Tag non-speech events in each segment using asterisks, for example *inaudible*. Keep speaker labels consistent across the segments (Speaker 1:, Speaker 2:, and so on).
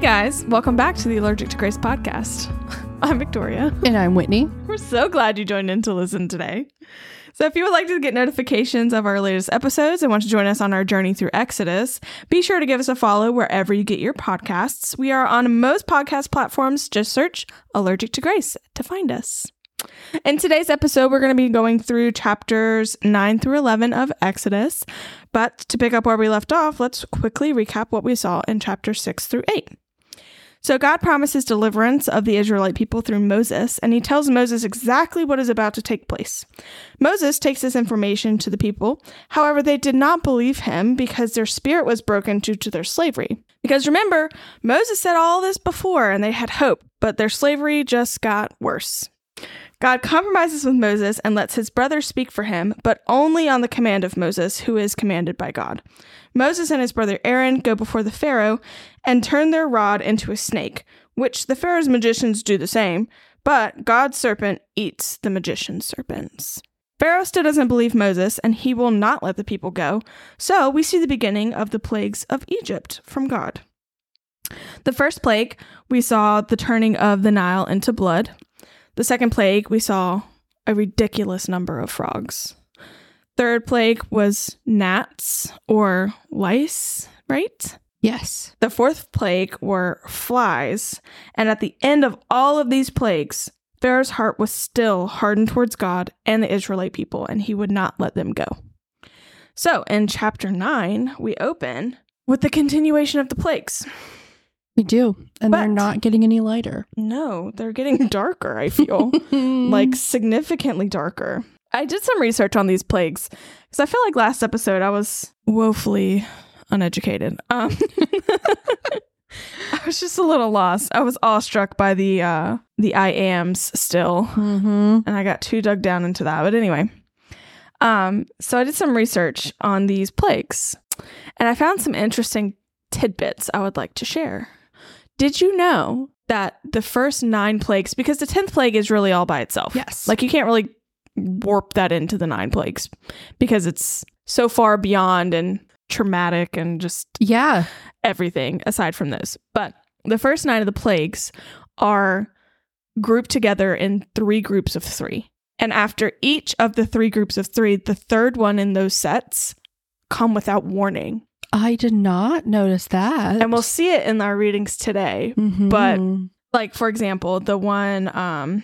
Speaker 1: guys. Welcome back to the Allergic to Grace podcast. *laughs* I'm Victoria.
Speaker 2: And I'm Whitney.
Speaker 1: We're so glad you joined in to listen today. So, if you would like to get notifications of our latest episodes and want to join us on our journey through Exodus, be sure to give us a follow wherever you get your podcasts. We are on most podcast platforms. Just search Allergic to Grace to find us. In today's episode, we're going to be going through chapters 9 through 11 of Exodus. But to pick up where we left off, let's quickly recap what we saw in chapter 6 through 8. So, God promises deliverance of the Israelite people through Moses, and he tells Moses exactly what is about to take place. Moses takes this information to the people. However, they did not believe him because their spirit was broken due to their slavery. Because remember, Moses said all this before and they had hope, but their slavery just got worse. God compromises with Moses and lets his brothers speak for him, but only on the command of Moses, who is commanded by God. Moses and his brother Aaron go before the Pharaoh and turn their rod into a snake, which the Pharaoh's magicians do the same, but God's serpent eats the magician's serpents. Pharaoh still doesn't believe Moses, and he will not let the people go, so we see the beginning of the plagues of Egypt from God. The first plague, we saw the turning of the Nile into blood. The second plague, we saw a ridiculous number of frogs. Third plague was gnats or lice, right?
Speaker 2: Yes.
Speaker 1: The fourth plague were flies. And at the end of all of these plagues, Pharaoh's heart was still hardened towards God and the Israelite people, and he would not let them go. So in chapter 9, we open with the continuation of the plagues.
Speaker 2: We do. And they're
Speaker 1: But-
Speaker 2: not getting any lighter.
Speaker 1: No, they're getting *laughs* darker, I feel. like significantly darker. Mm. I did some research on these plagues because I feel like last episode I was woefully uneducated. Um, *laughs* I was just a little lost. I was awestruck by the uh, the I ams still,
Speaker 2: Mhm.
Speaker 1: and I got too dug down into that. But anyway, um, so I did some research on these plagues, and I found some interesting tidbits I would like to share. Did you know that the first nine plagues, because the tenth plague is really all by itself,
Speaker 2: Yes.
Speaker 1: like you can't really warp that into the nine plagues because it's so far beyond and traumatic and just
Speaker 2: yeah.
Speaker 1: everything aside from those. But the first nine of the plagues are grouped together in three groups of three. And after each of the three groups of three, the third one in those sets come without warning.
Speaker 2: I did not notice that.
Speaker 1: And we'll see it in our readings today.
Speaker 2: Mhm.
Speaker 1: but- Like for example, the one um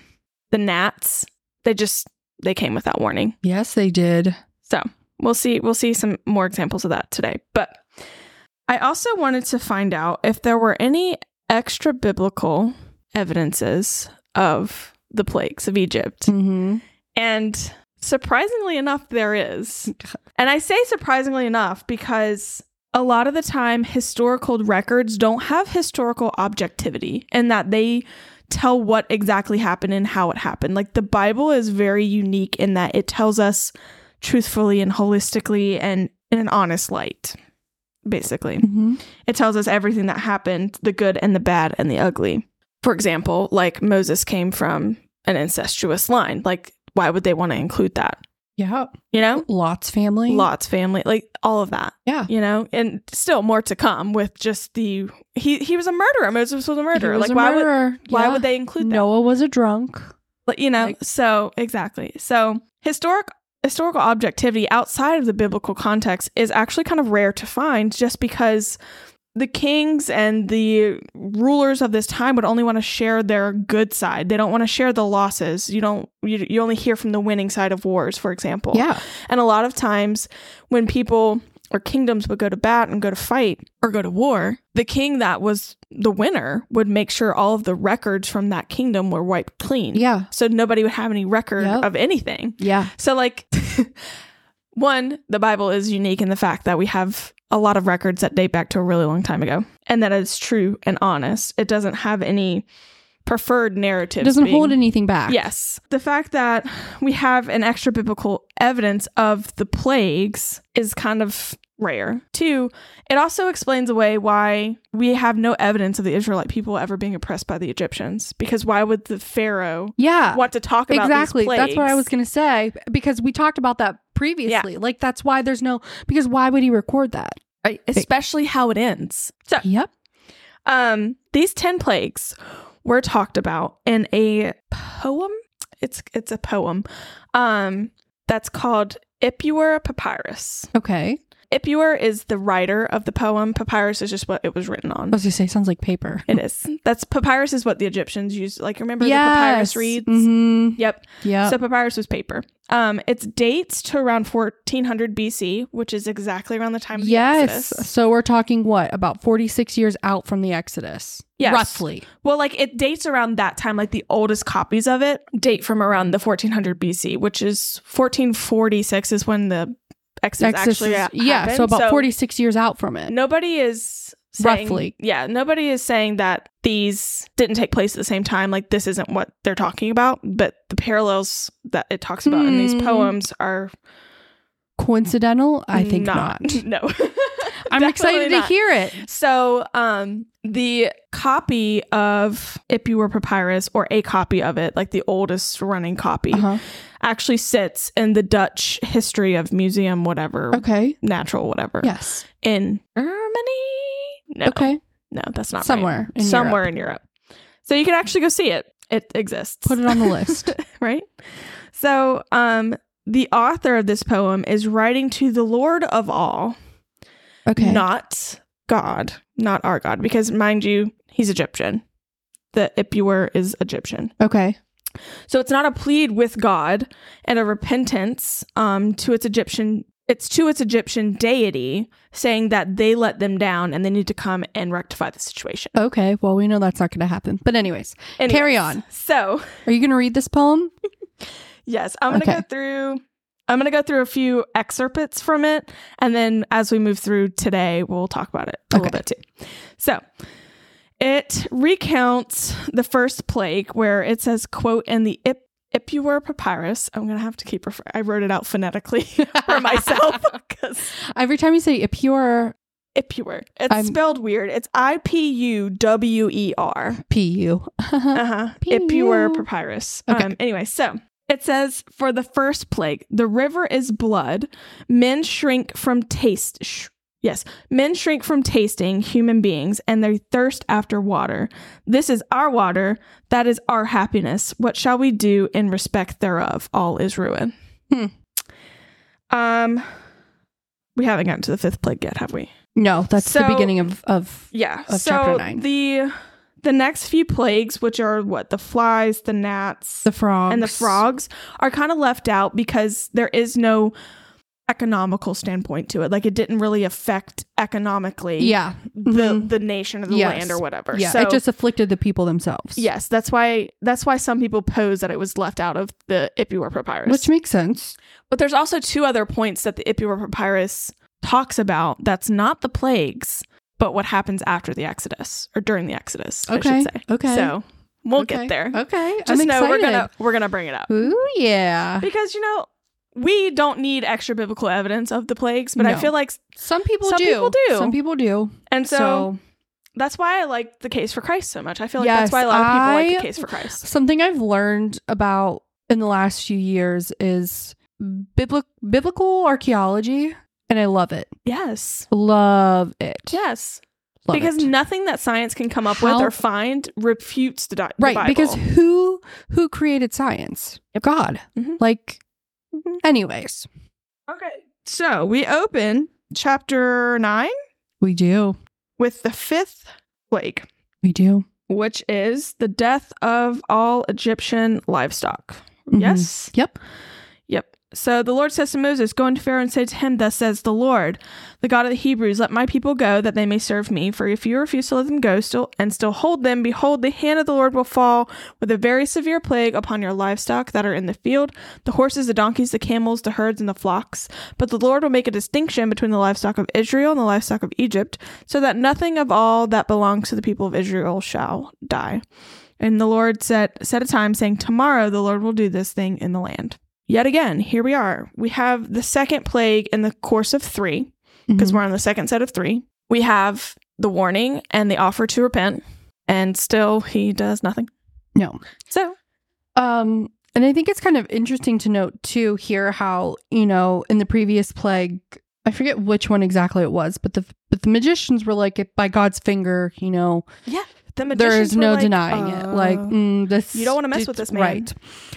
Speaker 1: the gnats, they just they came without warning.
Speaker 2: yes, they did.
Speaker 1: So we'll see. We'll see some more examples of that today. But I also wanted to find out if there were any extra biblical evidences of the plagues of Egypt.
Speaker 2: Mhm.
Speaker 1: And surprisingly enough, there is. And I say surprisingly enough because a lot of the time, historical records don't have historical objectivity in that they tell what exactly happened and how it happened. Like the Bible is very unique in that it tells us truthfully and holistically and in an honest light, basically.
Speaker 2: Mhm.
Speaker 1: It tells us everything that happened the good and the bad and the ugly. For example, like Moses came from an incestuous line. Like, why would they want to include that?
Speaker 2: Yeah.
Speaker 1: You know,
Speaker 2: Lot's family.
Speaker 1: Lot's family, like all of that.
Speaker 2: Yeah.
Speaker 1: You know, and still more to come with just the he he was a murderer. Moses was a murderer.
Speaker 2: He was
Speaker 1: like,
Speaker 2: a
Speaker 1: why would
Speaker 2: murderer.
Speaker 1: why
Speaker 2: Yeah.
Speaker 1: would they include that?
Speaker 2: Noah was a drunk.
Speaker 1: Like, you know
Speaker 2: Like-
Speaker 1: so exactly so historic historical objectivity outside of the biblical context is actually kind of rare to find just because the kings and the rulers of this time would only want to share their good side they don't want to share the losses you don't you, you only hear from the winning side of wars for example
Speaker 2: Yeah.
Speaker 1: and a lot of times when people or kingdoms would go to bat and go to fight or go to war, the king that was the winner would make sure all of the records from that kingdom were wiped clean.
Speaker 2: Yeah.
Speaker 1: So nobody would have any record
Speaker 2: Yep.
Speaker 1: of anything.
Speaker 2: Yeah.
Speaker 1: So, like, *laughs* one, the Bible is unique in the fact that we have a lot of records that date back to a really long time ago and that it's true and honest. It doesn't have any preferred narrative.
Speaker 2: It doesn't hold anything back.
Speaker 1: Yes. The fact that we have an extra biblical evidence of the plagues is kind of rare. Two, it also explains away why we have no evidence of the Israelite people ever being oppressed by the Egyptians. Because why would the Pharaoh
Speaker 2: Yeah.
Speaker 1: want to talk about
Speaker 2: uh, exactly
Speaker 1: these plagues?
Speaker 2: that's what i was going to say because we talked about that previously like that's why there's no because why would he record that
Speaker 1: Especially how it ends. So
Speaker 2: yep
Speaker 1: Um, these 10 plagues were talked about in a poem. It's it's a poem. Um, that's called Ipuwer Papyrus.
Speaker 2: Okay.
Speaker 1: Ipuwer is the writer of the poem. Papyrus is just what it was written on.
Speaker 2: I was gonna say, sounds like paper.
Speaker 1: It is. That's papyrus is what the Egyptians used. Like remember the papyrus reeds?
Speaker 2: hmm
Speaker 1: Yep.
Speaker 2: Yeah.
Speaker 1: So papyrus was paper. Um, its dates to around 1400 BC, which is exactly around the time of the
Speaker 2: yes.
Speaker 1: Exodus.
Speaker 2: So we're talking what about 46 years out from the Exodus?
Speaker 1: Yes.
Speaker 2: Roughly.
Speaker 1: Well, like it dates around that time. Like the oldest copies of it date from around the 1400 BC, which is 1446 is when the Exodus,
Speaker 2: Exodus
Speaker 1: actually
Speaker 2: is-
Speaker 1: happened.
Speaker 2: yeah. So about 46 years out from it.
Speaker 1: Nobody is saying,
Speaker 2: Roughly.
Speaker 1: Yeah, nobody is saying that these didn't take place at the same time. Like this isn't what they're talking about, but the parallels that it talks about in these
Speaker 2: Hmm.
Speaker 1: poems are
Speaker 2: Coincidental? I think not.
Speaker 1: not. *laughs* No. *laughs*
Speaker 2: I'm
Speaker 1: Definitely
Speaker 2: excited
Speaker 1: not.
Speaker 2: to hear it.
Speaker 1: So, um, the copy of Ipuwer Papyrus, or a copy of it, like the oldest running copy,
Speaker 2: Uh-huh.
Speaker 1: actually sits in the Dutch History of Museum, whatever,
Speaker 2: Okay.
Speaker 1: natural, whatever,
Speaker 2: Yes.
Speaker 1: in Germany. No,
Speaker 2: Okay.
Speaker 1: no, that's not right.
Speaker 2: Somewhere. in
Speaker 1: somewhere
Speaker 2: Europe.
Speaker 1: in Europe. So you can actually go see it. It exists,
Speaker 2: Put it on the list.
Speaker 1: *laughs* right? So, um, the author of this poem is writing to the Lord of all,
Speaker 2: Okay.
Speaker 1: not God, not our God, because mind you, he's Egyptian. The Ipuwer is Egyptian.
Speaker 2: Okay.
Speaker 1: So it's not a plead with God and a repentance um, to its Egyptian. It's to its Egyptian deity, saying that they let them down and they need to come and rectify the situation.
Speaker 2: Okay. Well, we know that's not going to happen. But anyways, Carry on.
Speaker 1: So
Speaker 2: are you going to read this poem?
Speaker 1: yes, I'm gonna
Speaker 2: Okay.
Speaker 1: go through. I'm gonna go through a few excerpts from it, and then as we move through today, we'll talk about it a
Speaker 2: Okay.
Speaker 1: little bit too. So it recounts the first plague where it says, "quote in the Ip- Ipuwer papyrus." I'm gonna have to keep. Refer- I wrote it out phonetically *laughs* for
Speaker 2: *laughs*
Speaker 1: myself because
Speaker 2: Every time you say a pure
Speaker 1: Ipuwer. It's
Speaker 2: I'm-
Speaker 1: spelled weird. It's I P U W E R.
Speaker 2: PU.
Speaker 1: Uh-huh.
Speaker 2: Pew.
Speaker 1: Ipuwer papyrus.
Speaker 2: Okay.
Speaker 1: Um, anyway, so it says for the first plague, the river is blood. Men shrink from taste. Sh- yes, men shrink from tasting human beings and they thirst after water. This is our water. That is our happiness. What shall we do in respect thereof? All is ruin.
Speaker 2: Hmm.
Speaker 1: Um, we haven't gotten to the fifth plague yet, have we?
Speaker 2: *laughs* No, that's
Speaker 1: So-
Speaker 2: the beginning of, of
Speaker 1: Yeah.
Speaker 2: of
Speaker 1: so
Speaker 2: chapter nine.
Speaker 1: the the next few plagues, which are what the flies, the gnats,
Speaker 2: the frogs.
Speaker 1: and the frogs, are kind of left out because there is no economical standpoint to it. Like it didn't really affect economically
Speaker 2: Yeah.
Speaker 1: the
Speaker 2: Mhm.
Speaker 1: the nation or the
Speaker 2: Yes.
Speaker 1: land or whatever.
Speaker 2: Yeah.
Speaker 1: So
Speaker 2: it just afflicted the people themselves.
Speaker 1: yes, that's why that's why some people pose that it was left out of the Ipuwer papyrus.
Speaker 2: Which makes sense.
Speaker 1: But there's also two other points that the Ipuwer papyrus talks about that's not the plagues, but what happens after the Exodus or during the Exodus, I
Speaker 2: Okay,
Speaker 1: should say.
Speaker 2: okay.
Speaker 1: So we'll
Speaker 2: Okay,
Speaker 1: get there.
Speaker 2: Okay.
Speaker 1: Just
Speaker 2: I'm
Speaker 1: know
Speaker 2: excited.
Speaker 1: we're gonna we're gonna bring it up.
Speaker 2: Ooh, yeah.
Speaker 1: Because you know, we don't need extra biblical evidence of the plagues, but I
Speaker 2: No.
Speaker 1: feel like
Speaker 2: Some people
Speaker 1: Some
Speaker 2: do.
Speaker 1: people do.
Speaker 2: Some people do.
Speaker 1: and so,
Speaker 2: So,
Speaker 1: that's why I like the case for Christ so much. I feel like that's
Speaker 2: Yes,
Speaker 1: why a lot of people like
Speaker 2: I-
Speaker 1: the case for Christ.
Speaker 2: something I've learned about in the last few years is bibli- biblical archaeology, and I love it.
Speaker 1: Yes.
Speaker 2: Love it.
Speaker 1: Yes.
Speaker 2: Love
Speaker 1: because
Speaker 2: it.
Speaker 1: nothing that science can come up
Speaker 2: How-
Speaker 1: with or find refutes the, di- the
Speaker 2: right
Speaker 1: Bible.
Speaker 2: because who who created science god
Speaker 1: Mhm.
Speaker 2: like
Speaker 1: Mhm.
Speaker 2: anyways
Speaker 1: Okay. So we open chapter nine
Speaker 2: we do
Speaker 1: with the fifth plague,
Speaker 2: we do
Speaker 1: which is the death of all Egyptian livestock.
Speaker 2: Mhm.
Speaker 1: Yes.
Speaker 2: yep
Speaker 1: Yep. So the Lord says to Moses, Go unto Pharaoh and say to him, Thus says the Lord, the God of the Hebrews, Let my people go, that they may serve me. For if you refuse to let them go still and still hold them, behold, the hand of the Lord will fall with a very severe plague upon your livestock that are in the field, the horses, the donkeys, the camels, the herds, and the flocks. But the Lord will make a distinction between the livestock of Israel and the livestock of Egypt, so that nothing of all that belongs to the people of Israel shall die. And the Lord set set a time, saying, Tomorrow the Lord will do this thing in the land. Yet again, here we are. We have the second plague in the course of three, because
Speaker 2: Mhm.
Speaker 1: we're on the second set of three. We have the warning and the offer to repent, and still he does nothing.
Speaker 2: No.
Speaker 1: So
Speaker 2: um and i think it's kind of interesting to note too here how you know in the previous plague I forget which one exactly it was, but the but the magicians were like it by God's finger, you know.
Speaker 1: Yeah. The
Speaker 2: there
Speaker 1: magicians
Speaker 2: is
Speaker 1: were
Speaker 2: no
Speaker 1: like,
Speaker 2: denying it. Like
Speaker 1: "Oh."
Speaker 2: mm, this,
Speaker 1: You don't wanna mess
Speaker 2: it's
Speaker 1: with this man.
Speaker 2: right?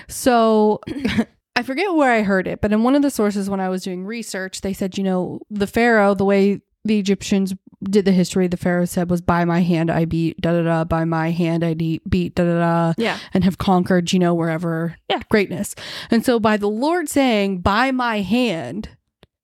Speaker 2: So *coughs* I forget where I heard it, but in one of the sources when I was doing research, they said, you know, the pharaoh, the way the Egyptians did the history, the pharaoh said was by my hand I beat da da da, by my hand I de- beat da da da,
Speaker 1: yeah.
Speaker 2: and have conquered, you know, wherever
Speaker 1: Yeah.
Speaker 2: greatness. And so by the Lord saying, by my hand,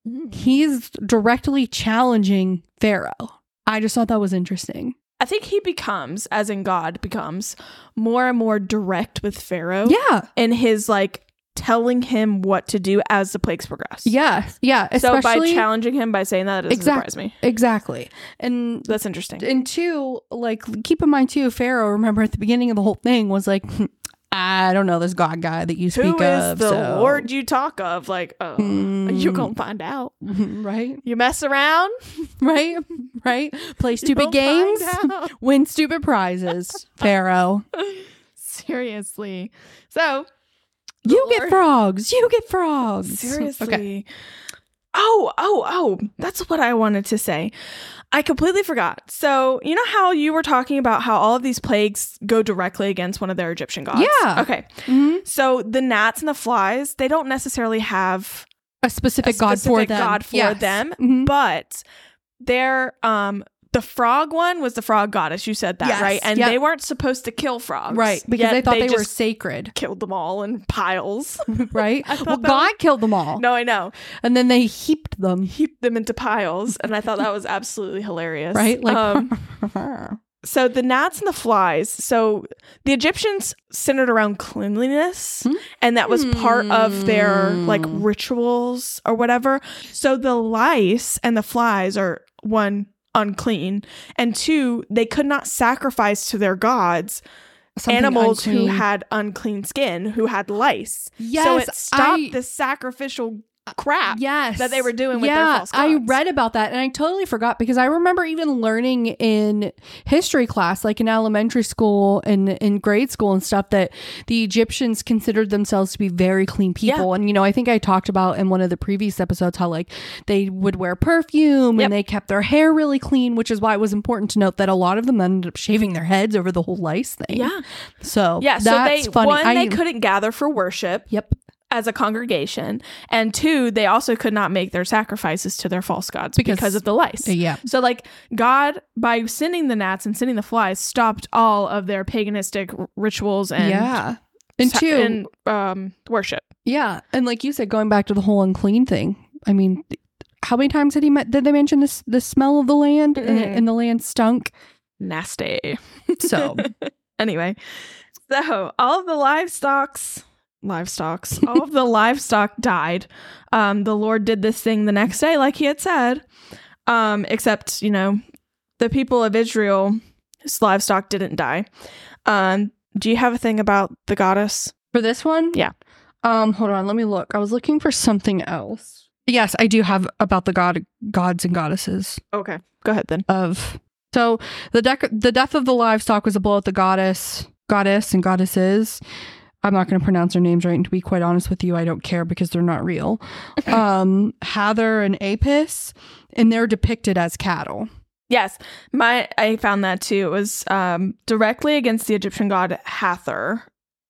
Speaker 1: Mm-hmm.
Speaker 2: he's directly challenging Pharaoh. I just thought that was interesting.
Speaker 1: I think he becomes, as in God becomes, more and more direct with Pharaoh
Speaker 2: Yeah.
Speaker 1: in his like telling him what to do as the plagues progress.
Speaker 2: Yeah, yeah.
Speaker 1: So by
Speaker 2: Especially,
Speaker 1: challenging him by saying that, it doesn't
Speaker 2: Exact-
Speaker 1: surprise me.
Speaker 2: exactly, and
Speaker 1: That's interesting.
Speaker 2: and two, like keep in mind too, Pharaoh. Remember at the beginning of the whole thing was like, "Hmm, I don't know this God guy that you speak
Speaker 1: Who is
Speaker 2: of.
Speaker 1: the
Speaker 2: so-
Speaker 1: Lord you talk of? Like, oh,
Speaker 2: Mm.
Speaker 1: you gonna find out.
Speaker 2: *laughs* right,
Speaker 1: You mess
Speaker 2: *laughs*
Speaker 1: around,
Speaker 2: right, right.
Speaker 1: *laughs*
Speaker 2: Play
Speaker 1: you'll
Speaker 2: stupid
Speaker 1: find
Speaker 2: games,
Speaker 1: out.
Speaker 2: *laughs* win stupid prizes. Pharaoh,
Speaker 1: Seriously. So the
Speaker 2: you
Speaker 1: Lord-
Speaker 2: get frogs. You get frogs.
Speaker 1: Seriously.
Speaker 2: Okay.
Speaker 1: Oh, oh, oh. That's what I wanted to say. I completely forgot. So, you know how you were talking about how all of these plagues go directly against one of their Egyptian gods?
Speaker 2: Yeah.
Speaker 1: Okay.
Speaker 2: Mhm.
Speaker 1: So, the gnats and the flies, they don't necessarily have
Speaker 2: A specific
Speaker 1: A
Speaker 2: god for
Speaker 1: specific
Speaker 2: them.
Speaker 1: god for
Speaker 2: Yes.
Speaker 1: them,
Speaker 2: Mhm.
Speaker 1: but they're um the frog one was the frog goddess. You said that,
Speaker 2: Yes.
Speaker 1: right? And
Speaker 2: Yep.
Speaker 1: they weren't supposed to kill frogs.
Speaker 2: Right, because
Speaker 1: yet
Speaker 2: I thought they, were
Speaker 1: just
Speaker 2: sacred.
Speaker 1: killed them all in piles.
Speaker 2: Right.
Speaker 1: *laughs* I thought
Speaker 2: well,
Speaker 1: that
Speaker 2: God killed them all.
Speaker 1: no, I know.
Speaker 2: and then they heaped them
Speaker 1: heap them into piles and i thought that was absolutely hilarious
Speaker 2: right like *laughs*
Speaker 1: um, so the gnats and the flies so the egyptians centered around cleanliness and that was part of their like
Speaker 2: Hmm.
Speaker 1: rituals or whatever so the lice and the flies are one unclean and two they could not sacrifice to their gods
Speaker 2: Something
Speaker 1: animals
Speaker 2: unclean.
Speaker 1: who had unclean skin who had lice
Speaker 2: yes
Speaker 1: so it stopped
Speaker 2: I-
Speaker 1: the sacrificial crap
Speaker 2: yes
Speaker 1: that they were doing with their
Speaker 2: yeah,
Speaker 1: false
Speaker 2: i
Speaker 1: gods.
Speaker 2: read about that and i totally forgot because i remember even learning in history class like in elementary school and in grade school and stuff that the egyptians considered themselves to be very clean people and you know i think i talked about in one of the previous episodes how like they would wear perfume
Speaker 1: Yep.
Speaker 2: and they kept their hair really clean which is why it was important to note that a lot of them ended up shaving their heads over the whole lice thing so
Speaker 1: Yeah, so
Speaker 2: that's
Speaker 1: they
Speaker 2: funny.
Speaker 1: one
Speaker 2: I-
Speaker 1: they couldn't gather for worship
Speaker 2: Yep.
Speaker 1: as a congregation, and two they also could not make their sacrifices to their false gods because,
Speaker 2: Because-
Speaker 1: of the lice.
Speaker 2: Yeah.
Speaker 1: So like God by sending the gnats and sending the flies stopped all of their paganistic r- rituals and
Speaker 2: yeah. And
Speaker 1: sa-
Speaker 2: two,
Speaker 1: and, um worship.
Speaker 2: yeah, and like you said, going back to the whole unclean thing. I mean, th- how many times did he met, did they mention this the smell of the land and,
Speaker 1: Mm.
Speaker 2: and the land stunk?
Speaker 1: Nasty. *laughs*
Speaker 2: So
Speaker 1: anyway, so all of the livestocks, *laughs* livestocks, all of the livestock died. Um, the Lord did this thing the next day, like He had said. Um, except you know, the people of Israel's livestock didn't die. Um, do you have a thing about the goddess?
Speaker 2: for this one,
Speaker 1: Yeah.
Speaker 2: Um, hold on, let me look. I was looking for something else. Yes, I do have about the god gods and goddesses.
Speaker 1: Okay, go ahead then.
Speaker 2: of so the dec- the death of the livestock was a blow at the goddess goddess and goddesses i'm not going to pronounce their names right and to be quite honest with you i don't care because they're not *laughs* real um hather and apis and they're depicted as cattle
Speaker 1: Yes, my I found that too. It was um, directly against the Egyptian god Hathor.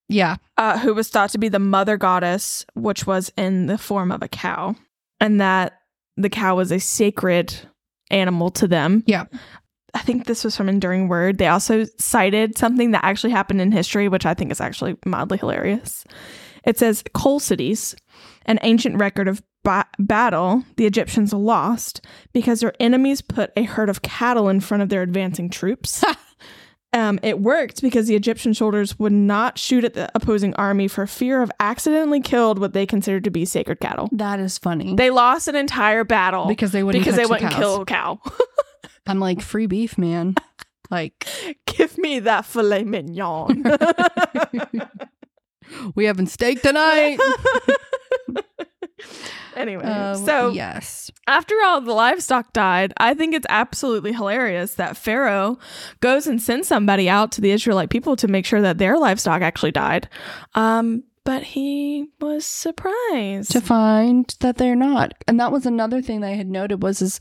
Speaker 2: yeah
Speaker 1: uh, who was thought to be the mother goddess, which was in the form of a cow, and that the cow was a sacred animal to them.
Speaker 2: Yeah.
Speaker 1: I think this was from Enduring Word. They also cited something that actually happened in history, which I think is actually mildly hilarious. It says Coal Cities, an ancient record of ba- battle the Egyptians lost because their enemies put a herd of cattle in front of their advancing troops. Um, it worked because the Egyptian soldiers would not shoot at the opposing army for fear of accidentally killed what they considered to be sacred cattle.
Speaker 2: that is funny
Speaker 1: They lost an entire battle
Speaker 2: because they wouldn't
Speaker 1: because they
Speaker 2: touch the
Speaker 1: wouldn't
Speaker 2: cows.
Speaker 1: kill a cow. *laughs*
Speaker 2: i'm like free beef man like
Speaker 1: Give me that filet mignon.
Speaker 2: *laughs*
Speaker 1: *laughs*
Speaker 2: we having
Speaker 1: *laughs*
Speaker 2: steak tonight
Speaker 1: anyway,
Speaker 2: Um,
Speaker 1: so
Speaker 2: yes
Speaker 1: after all the livestock died, I think it's absolutely hilarious that Pharaoh goes and sends somebody out to the Israelite people to make sure that their livestock actually died. Um, but he was surprised.
Speaker 2: to find that they're not. And that was another thing that I had noted was is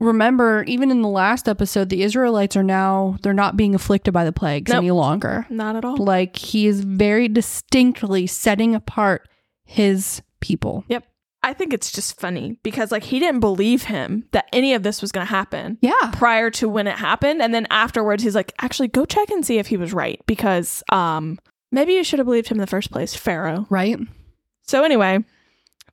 Speaker 2: remember even in the last episode the Israelites are now they're not being afflicted by the plagues
Speaker 1: Nope.
Speaker 2: any longer.
Speaker 1: Not at all.
Speaker 2: Like he is very distinctly setting apart his people.
Speaker 1: I think it's just funny because like he didn't believe him that any of this was going to happen
Speaker 2: Yeah.
Speaker 1: prior to when it happened and then afterwards he's like actually go check and see if he was right because um maybe you should have believed him in the first place, Pharaoh.
Speaker 2: Right?
Speaker 1: So anyway,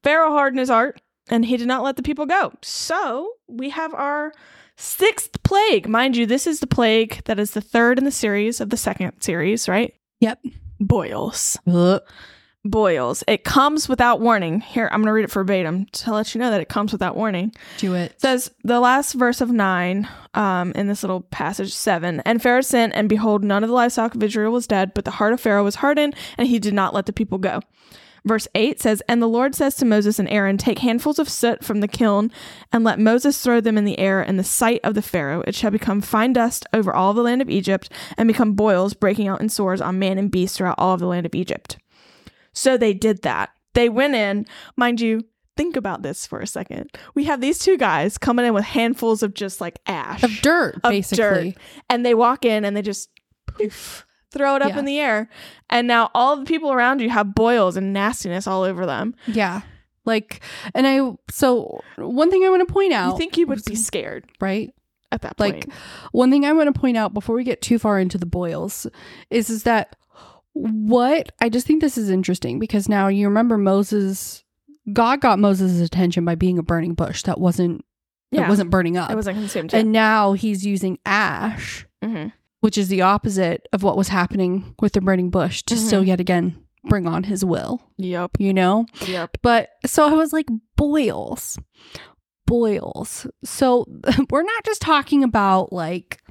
Speaker 1: Pharaoh hardened his heart and he did not let the people go. So we have our sixth plague. Mind you, this is the plague that is the third in the series of the second series, right?
Speaker 2: Yep.
Speaker 1: Boils.
Speaker 2: Ugh.
Speaker 1: Boils. It comes without warning. Here, I'm going to read it verbatim to let you know that it comes without warning
Speaker 2: Do it.
Speaker 1: says the last verse of nine um, in this little passage seven and pharaoh sent and behold none of the livestock of israel was dead but the heart of pharaoh was hardened and he did not let the people go verse 8 says and the lord says to moses and aaron take handfuls of soot from the kiln and let moses throw them in the air in the sight of the pharaoh it shall become fine dust over all the land of egypt and become boils breaking out in sores on man and beast throughout all of the land of egypt so they did that. They went in, mind you, think about this for a second. We have these two guys coming in with handfuls of just like ash
Speaker 2: of dirt
Speaker 1: of
Speaker 2: basically.
Speaker 1: dirt, and they walk in and they just poof, throw it up
Speaker 2: Yeah.
Speaker 1: in the air. And now all the people around you have boils and nastiness all over them.
Speaker 2: Yeah. Like and I so one thing I want to point out
Speaker 1: You think you would be scared
Speaker 2: right?
Speaker 1: at that
Speaker 2: Like,
Speaker 1: point.
Speaker 2: One thing I want to point out before we get too far into the boils is is that what I just think this is interesting because now you remember Moses God got Moses' attention by being a burning bush that wasn't that wasn't burning up.
Speaker 1: it wasn't consumed.
Speaker 2: and now he's using ash,
Speaker 1: Mhm.
Speaker 2: which is the opposite of what was happening with the burning bush to still
Speaker 1: Mm-hmm.
Speaker 2: yet again bring on his will,
Speaker 1: Yep.
Speaker 2: you know?
Speaker 1: Yep.
Speaker 2: But so I was like, boils, boils. So *laughs* we're not just talking about like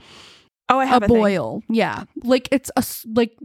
Speaker 1: Oh, I
Speaker 2: a
Speaker 1: have a, thing.
Speaker 2: boil. Yeah. Like it's a s- like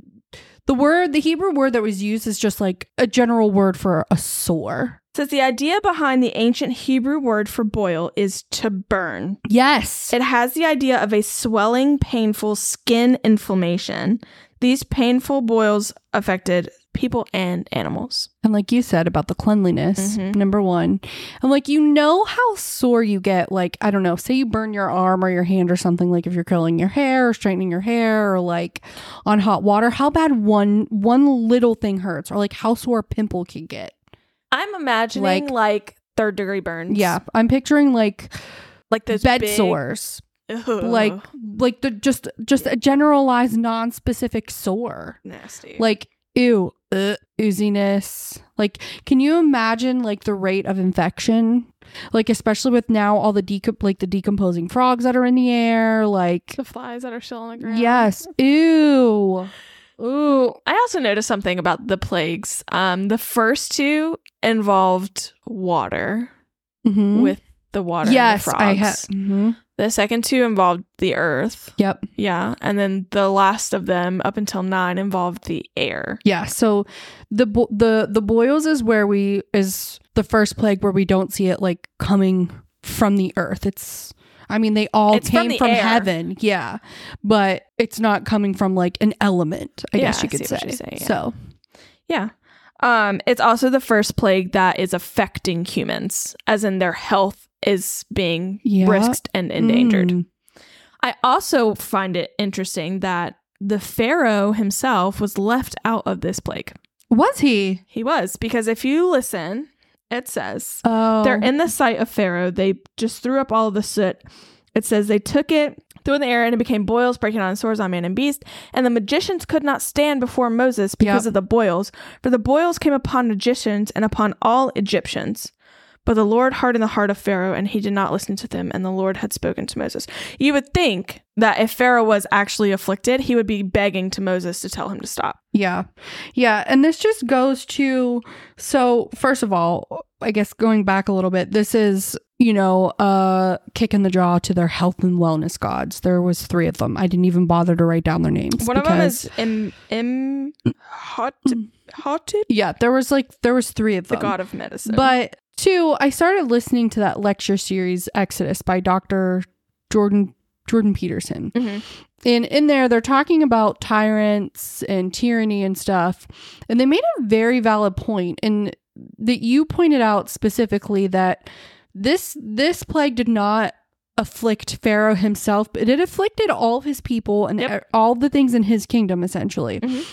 Speaker 2: the word the Hebrew word that was used is just like a general word for a sore.
Speaker 1: It Says the idea behind the ancient Hebrew word for boil is to burn.
Speaker 2: Yes.
Speaker 1: It has the idea of a swelling, painful skin inflammation. These painful boils affected people and animals.
Speaker 2: and like you said about the cleanliness,
Speaker 1: Mhm.
Speaker 2: number 1. And like you know how sore you get like I don't know, say you burn your arm or your hand or something like if you're curling your hair or straightening your hair or like on hot water, how bad one one little thing hurts or like how sore a pimple can get.
Speaker 1: I'm imagining like,
Speaker 2: Like-
Speaker 1: third degree burns.
Speaker 2: Yeah, I'm picturing like
Speaker 1: Like those
Speaker 2: bed
Speaker 1: big-
Speaker 2: sores.
Speaker 1: Ugh,
Speaker 2: like like the just just a generalized non-specific sore
Speaker 1: nasty.
Speaker 2: like ew uh, ooziness like can you imagine like the rate of infection like especially with now all the decom like the decomposing frogs that are in the air like
Speaker 1: the flies that are still on the ground.
Speaker 2: yes ew ooh
Speaker 1: I also noticed something about the plagues. Um, the first two involved water
Speaker 2: Mhm.
Speaker 1: with the water.
Speaker 2: yes
Speaker 1: and the
Speaker 2: i
Speaker 1: frogs.
Speaker 2: have mhm.
Speaker 1: The second two involved the earth.
Speaker 2: yep
Speaker 1: Yeah, and then the last of them, up until nine, involved the air.
Speaker 2: yeah so the bo- the the boils is where we is the first plague where we don't see it like coming from the earth it's i mean they all
Speaker 1: It's from
Speaker 2: came
Speaker 1: the
Speaker 2: from,
Speaker 1: air.
Speaker 2: heaven yeah but it's not coming from like an element i
Speaker 1: Yeah,
Speaker 2: guess
Speaker 1: I
Speaker 2: you could
Speaker 1: see
Speaker 2: say,
Speaker 1: what you're saying, yeah.
Speaker 2: so
Speaker 1: Yeah. Um, it's also the first plague that is affecting humans, as in their health is being
Speaker 2: Yeah.
Speaker 1: risked and endangered.
Speaker 2: Mm.
Speaker 1: I also find it interesting that the Pharaoh himself was left out of this plague.
Speaker 2: was he
Speaker 1: He was, because if you listen, it says
Speaker 2: oh
Speaker 1: they're in the sight of Pharaoh. They just threw up all of the soot. It says they took it, threw it in the air, and it became boils, breaking out in sores on man and beast. And the magicians could not stand before Moses because
Speaker 2: Yep.
Speaker 1: of the boils, for the boils came upon magicians and upon all Egyptians. But the Lord hardened the heart of Pharaoh, and he did not listen to them. And the Lord had spoken to Moses. You would think that if Pharaoh was actually afflicted, he would be begging to Moses to tell him to stop.
Speaker 2: Yeah. Yeah. And this just goes to so, first of all, I guess going back a little bit, this is, you know, a kick in the jaw to their health and wellness gods. There was three of them. I didn't even bother to write down their names.
Speaker 1: One of them
Speaker 2: because-
Speaker 1: is Im, Im Hot, Hotep,
Speaker 2: Yeah, there was like there was three of
Speaker 1: the
Speaker 2: them.
Speaker 1: god of medicine.
Speaker 2: But two, I started listening to that lecture series Exodus by Dr. Jordan Jordan Peterson. And in there, they're talking about tyrants and tyranny and stuff. And they made a very valid point, and that you pointed out specifically that this this plague did not afflict Pharaoh himself, but it afflicted all of his people and e,
Speaker 1: Yep.
Speaker 2: all the things in his kingdom, essentially.
Speaker 1: Mhm.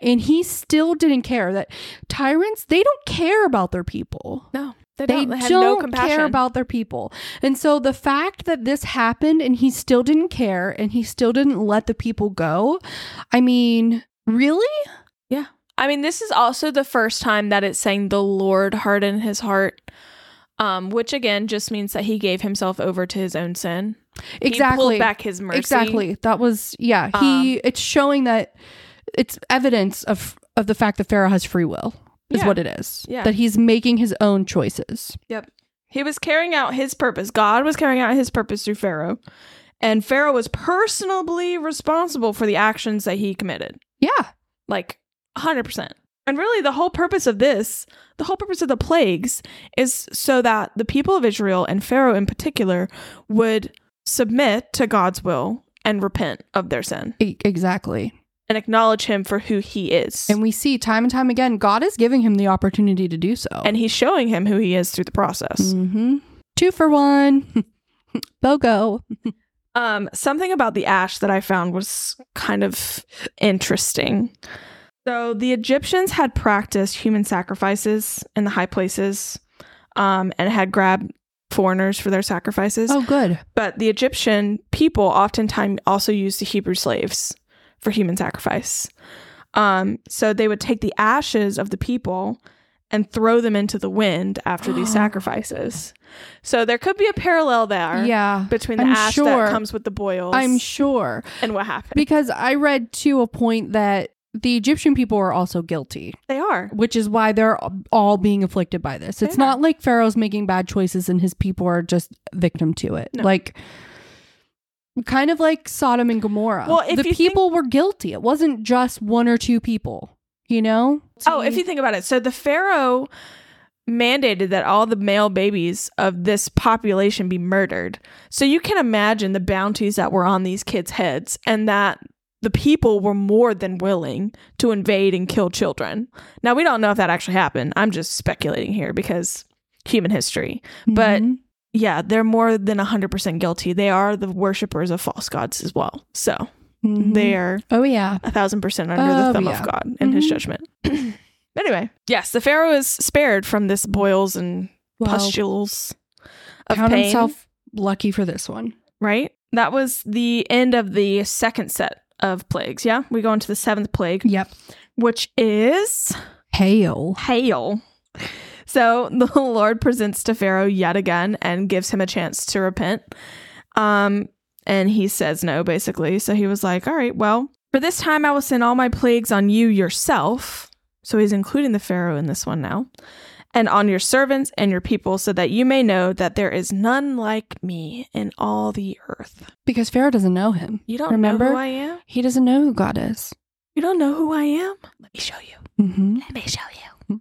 Speaker 2: And he still didn't care that tyrants they don't care about their people
Speaker 1: No, they,
Speaker 2: they
Speaker 1: don't. They had no
Speaker 2: don't
Speaker 1: compassion.
Speaker 2: care about their people. And so the fact that this happened and he still didn't care and he still didn't let the people go, I mean, really?
Speaker 1: I mean, this is also the first time that it's saying the Lord hardened his heart, um, which again just means that he gave himself over to his own sin. He pulled
Speaker 2: Exactly.
Speaker 1: back his mercy. Um,
Speaker 2: Exactly. That was yeah, he it's showing that it's evidence of of the fact that Pharaoh has free will. Is
Speaker 1: Yeah.
Speaker 2: what it is.
Speaker 1: Yeah.
Speaker 2: That he's making his own choices.
Speaker 1: He was carrying out his purpose. God was carrying out his purpose through Pharaoh. And Pharaoh was personally responsible for the actions that he committed.
Speaker 2: Yeah.
Speaker 1: Like 100%. And really, the whole purpose of this, the whole purpose of the plagues, is so that the people of Israel and Pharaoh in particular would submit to God's will and repent of their sin
Speaker 2: E- exactly.
Speaker 1: and acknowledge him for who he is.
Speaker 2: And we see time and time again God is giving him the opportunity to do so.
Speaker 1: and he's showing him who he is through the process.
Speaker 2: Mhm. Two for one. *laughs* BOGO.
Speaker 1: Um, something about the ash that I found was kind of interesting. So the Egyptians had practiced human sacrifices in the high places, um, and had grabbed foreigners for their sacrifices.
Speaker 2: Oh, good.
Speaker 1: But the Egyptian people oftentimes also used the Hebrew slaves for human sacrifice. Um, so they would take the ashes of the people and throw them into the wind after
Speaker 2: *gasps*
Speaker 1: these sacrifices. So there could be a parallel there
Speaker 2: Yeah.
Speaker 1: between the
Speaker 2: I'm
Speaker 1: ash
Speaker 2: sure.
Speaker 1: that comes with the boils
Speaker 2: I'm sure.
Speaker 1: and what happened.
Speaker 2: Because I read to a point that the Egyptian people are also guilty,
Speaker 1: they are.
Speaker 2: which is why they're all being afflicted by this. It's
Speaker 1: They are.
Speaker 2: not like Pharaoh's making bad choices and his people are just victim to it.
Speaker 1: No.
Speaker 2: Like, kind of like Sodom and Gomorrah.
Speaker 1: Well, if
Speaker 2: the
Speaker 1: you think-
Speaker 2: people were guilty. It wasn't just one or two people, you know?
Speaker 1: Oh, if you think about it. So the pharaoh mandated that all the male babies of this population be murdered. So you can imagine the bounties that were on these kids' heads and that the people were more than willing to invade and kill children. Now we don't know if that actually happened. I'm just speculating here because human history. but-
Speaker 2: Mhm.
Speaker 1: Yeah, they're more than 100% guilty. They are the worshippers of false gods as well. So
Speaker 2: Mhm.
Speaker 1: they are
Speaker 2: Oh, yeah.
Speaker 1: a thousand percent under the
Speaker 2: Oh,
Speaker 1: thumb
Speaker 2: yeah.
Speaker 1: of God and his
Speaker 2: Mhm.
Speaker 1: judgment. *clears throat* anyway, yes, the Pharaoh is spared from
Speaker 2: Mm.
Speaker 1: this boils and
Speaker 2: Well,
Speaker 1: pustules of
Speaker 2: count
Speaker 1: pain.
Speaker 2: himself lucky for this one.
Speaker 1: right? That was the end of the second set of plagues. Yeah, we go into the seventh plague,
Speaker 2: Yep.
Speaker 1: which is
Speaker 2: Hail.
Speaker 1: hail. So *laughs* the Lord presents to Pharaoh yet again and gives him a chance to repent. Um, and he says no, basically. So he was like, All right, well, for this time I will send all my plagues on you yourself. So he's including the Pharaoh in this one now, and on your servants and your people, so that you may know that there is none like me in all the earth.
Speaker 2: Because Pharaoh doesn't know him.
Speaker 1: You don't
Speaker 2: Remember?
Speaker 1: know who I am?
Speaker 2: He doesn't know who God is.
Speaker 1: You don't know who I am? Let me show you.
Speaker 2: Mm-hmm.
Speaker 1: Let me show you.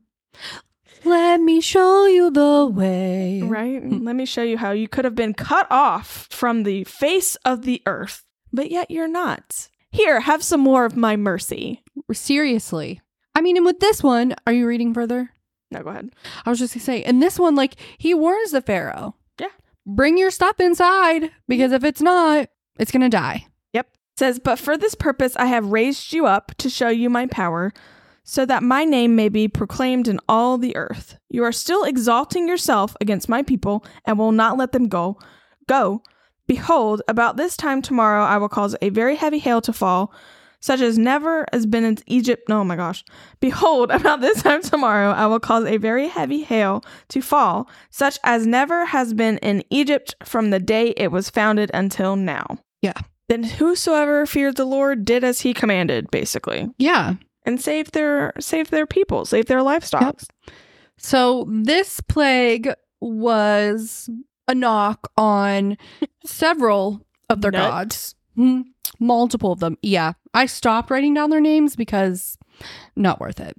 Speaker 2: Let me show you the way.
Speaker 1: Right?
Speaker 2: Mm.
Speaker 1: Let me show you how you could have been cut off from the face of the earth, but yet you're not. Here, have some more of my mercy.
Speaker 2: Seriously. I mean, and with this one, are you reading further?
Speaker 1: No, go ahead.
Speaker 2: I was just gonna say, and this one, like, he warns the Pharaoh.
Speaker 1: Yeah.
Speaker 2: Bring your stuff inside because if it's not, it's gonna die.
Speaker 1: Yep. Says, but for this purpose I have raised you up to show you my power, so that my name may be proclaimed in all the earth. You are still exalting yourself against my people and will not let them go. Go. Behold, about this time tomorrow I will cause a very heavy hail to fall, such as never has been in Egypt. Oh my gosh. Behold, *laughs* about this time tomorrow I will cause a very heavy hail to fall, such as never has been in Egypt from the day it was founded until now. Then whosoever feared the Lord did as he commanded, basically,
Speaker 2: Yeah.
Speaker 1: and saved their saved their people, saved their livestock.
Speaker 2: So this plague was a knock on several of their
Speaker 1: Nuts.
Speaker 2: gods. Mm, multiple of them. Yeah. I stopped writing down their names because not worth it.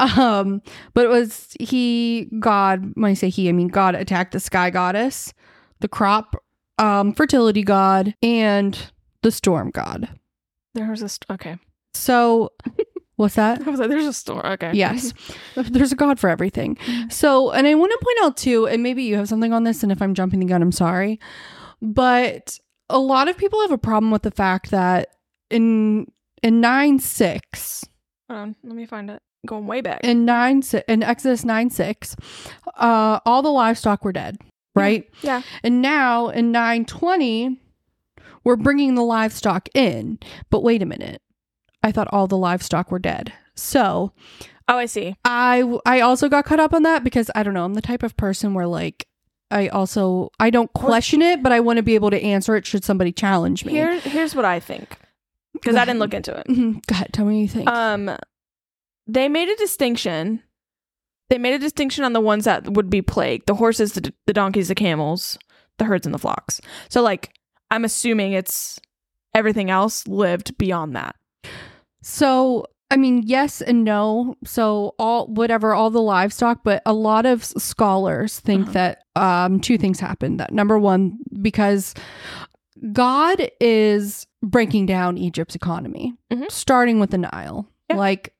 Speaker 2: Um, but it was he, God, when I say he, I mean God attacked the sky goddess, the crop um, fertility god, and the storm god.
Speaker 1: There was a st- okay. *laughs*
Speaker 2: So, what's that?
Speaker 1: I was like, there's a store. *laughs* Okay.
Speaker 2: Yes. *laughs* There's a God for everything.
Speaker 1: Mm-hmm.
Speaker 2: So, and I want to point out too, and maybe you have something on this, and if I'm jumping the gun, I'm sorry. But a lot of people have a problem with the fact that in in nine six
Speaker 1: Hold on. Um, Let me find it. Going way back.
Speaker 2: in nine si- in Exodus nine six, uh, all the livestock were dead, right?
Speaker 1: Yeah.
Speaker 2: And now in nine twenty, we're bringing the livestock in. But wait a minute, I thought all the livestock were dead. So
Speaker 1: Oh, I see.
Speaker 2: I I also got caught up on that because I don't know. I'm the type of person where like I also I don't question it, but I want to be able to answer it should somebody challenge me.
Speaker 1: Here, here's what I think because I didn't look into *laughs* it.
Speaker 2: Mhm. Go ahead, tell me what you think.
Speaker 1: Um, they made a distinction. They made a distinction on the ones that would be plagued: the horses, the, the donkeys, the camels, the herds, and the flocks. So, like, I'm assuming it's everything else lived beyond that.
Speaker 2: so I mean, yes and no. So all whatever all the livestock, but a lot of s- scholars think
Speaker 1: Uh-huh.
Speaker 2: that um two things happened. That number one because God is breaking down Egypt's economy,
Speaker 1: Mhm.
Speaker 2: starting with the Nile.
Speaker 1: Yeah.
Speaker 2: Like,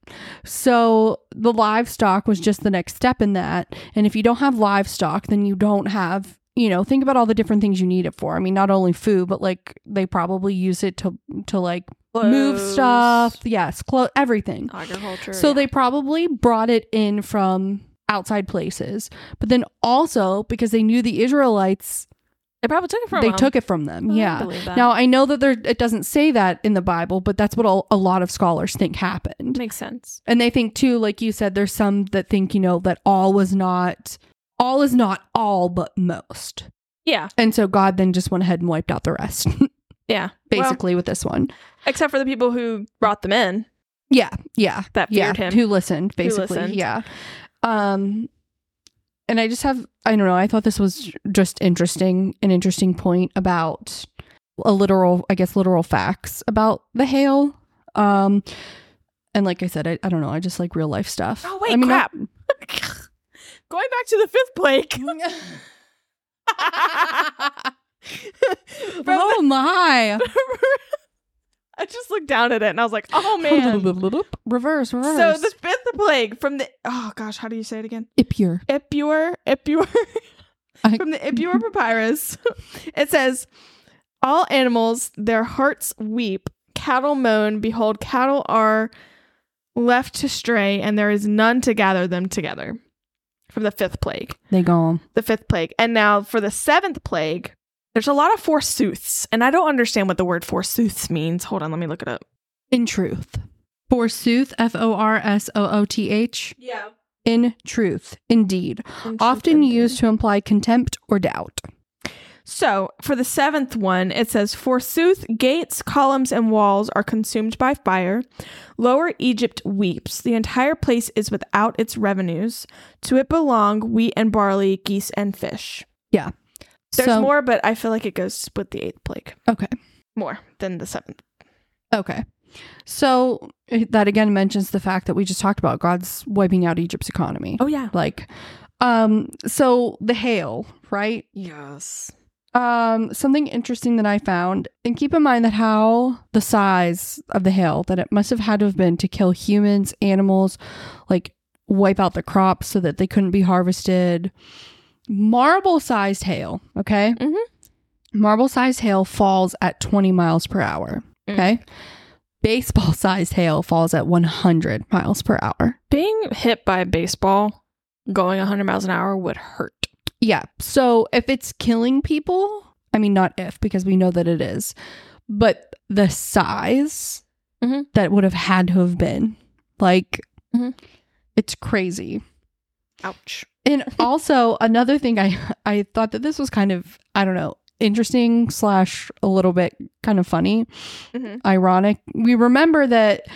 Speaker 2: so the livestock was just the next step in that. And if you don't have livestock, then you don't have, you know, think about all the different things you need it for. I mean, not only food, but like they probably use it to, to like move
Speaker 1: Clothes,
Speaker 2: stuff. Yes, clo- everything.
Speaker 1: agriculture.
Speaker 2: So
Speaker 1: yeah.
Speaker 2: they probably brought it in from outside places, but then also because they knew the Israelites,
Speaker 1: they probably took it from
Speaker 2: they
Speaker 1: them.
Speaker 2: took it from them.
Speaker 1: Oh, I
Speaker 2: yeah.
Speaker 1: believe that.
Speaker 2: Now I know that there it doesn't say that in the Bible, but that's what all, a lot of scholars think happened.
Speaker 1: makes sense.
Speaker 2: And they think too, like you said, there's some that think, you know, that all was not all is not all but most.
Speaker 1: Yeah,
Speaker 2: And so God then just went ahead and wiped out the rest, *laughs*
Speaker 1: yeah. Well,
Speaker 2: basically with this one.
Speaker 1: except for the people who brought them in
Speaker 2: Yeah. Yeah.
Speaker 1: that
Speaker 2: yeah,
Speaker 1: feared him.
Speaker 2: Who listened, basically.
Speaker 1: listened.
Speaker 2: Yeah. Um and I just have I don't know, I thought this was just interesting, an interesting point about a literal I guess literal facts about the hail. Um and like I said, I, I don't know, I just like real life stuff.
Speaker 1: Oh wait,
Speaker 2: I mean, I- *laughs*
Speaker 1: crap. Going back to the fifth plague. From
Speaker 2: oh my.
Speaker 1: I just looked down at it and I was like, oh man.
Speaker 2: *laughs* reverse, reverse.
Speaker 1: so the fifth plague from the oh gosh, how do you say it again?
Speaker 2: Ipure.
Speaker 1: Ipuer, Ipuer
Speaker 2: I-
Speaker 1: from the Ipuer papyrus. *laughs* it says, all animals, their hearts weep, cattle moan. Behold, cattle are left to stray, and there is none to gather them together. From the fifth plague.
Speaker 2: They gone.
Speaker 1: the fifth plague. And now for the seventh plague, there's a lot of forsooths. And I don't understand what the word forsooths means. Hold on, let me look it up.
Speaker 2: In truth. Forsooth, F O R S O O T H.
Speaker 1: Yeah.
Speaker 2: In truth, indeed. Often used to imply contempt or doubt.
Speaker 1: So for the seventh one, it says, Forsooth, gates, columns, and walls are consumed by fire. Lower Egypt weeps. The entire place is without its revenues. To it belong wheat and barley, geese and fish.
Speaker 2: Yeah.
Speaker 1: There's
Speaker 2: So-
Speaker 1: more, but I feel like it goes with the eighth plague.
Speaker 2: Okay.
Speaker 1: More than the seventh.
Speaker 2: Okay. So eh, that again mentions the fact that we just talked about God's wiping out Egypt's economy.
Speaker 1: Oh, yeah.
Speaker 2: Like, um, so the hail, right?
Speaker 1: Yes.
Speaker 2: Um, something interesting that I found, and keep in mind that how the size of the hail that it must have had to have been to kill humans, animals, like wipe out the crops so that they couldn't be harvested. Marble sized hail, okay?
Speaker 1: Mhm.
Speaker 2: Marble sized hail falls at 20 miles per hour,
Speaker 1: Mm.
Speaker 2: okay? Baseball *laughs* sized hail falls at 100 miles per hour.
Speaker 1: being hit by a baseball going 100 miles an hour would hurt.
Speaker 2: Yeah. So if it's killing people, I mean, not if, because we know that it is, but the size
Speaker 1: Mhm.
Speaker 2: that would have had to have been like,
Speaker 1: Mhm.
Speaker 2: it's crazy.
Speaker 1: Ouch.
Speaker 2: And also another thing, I I thought that this was kind of I don't know interesting slash a little bit kind of funny
Speaker 1: Mhm.
Speaker 2: ironic. We remember that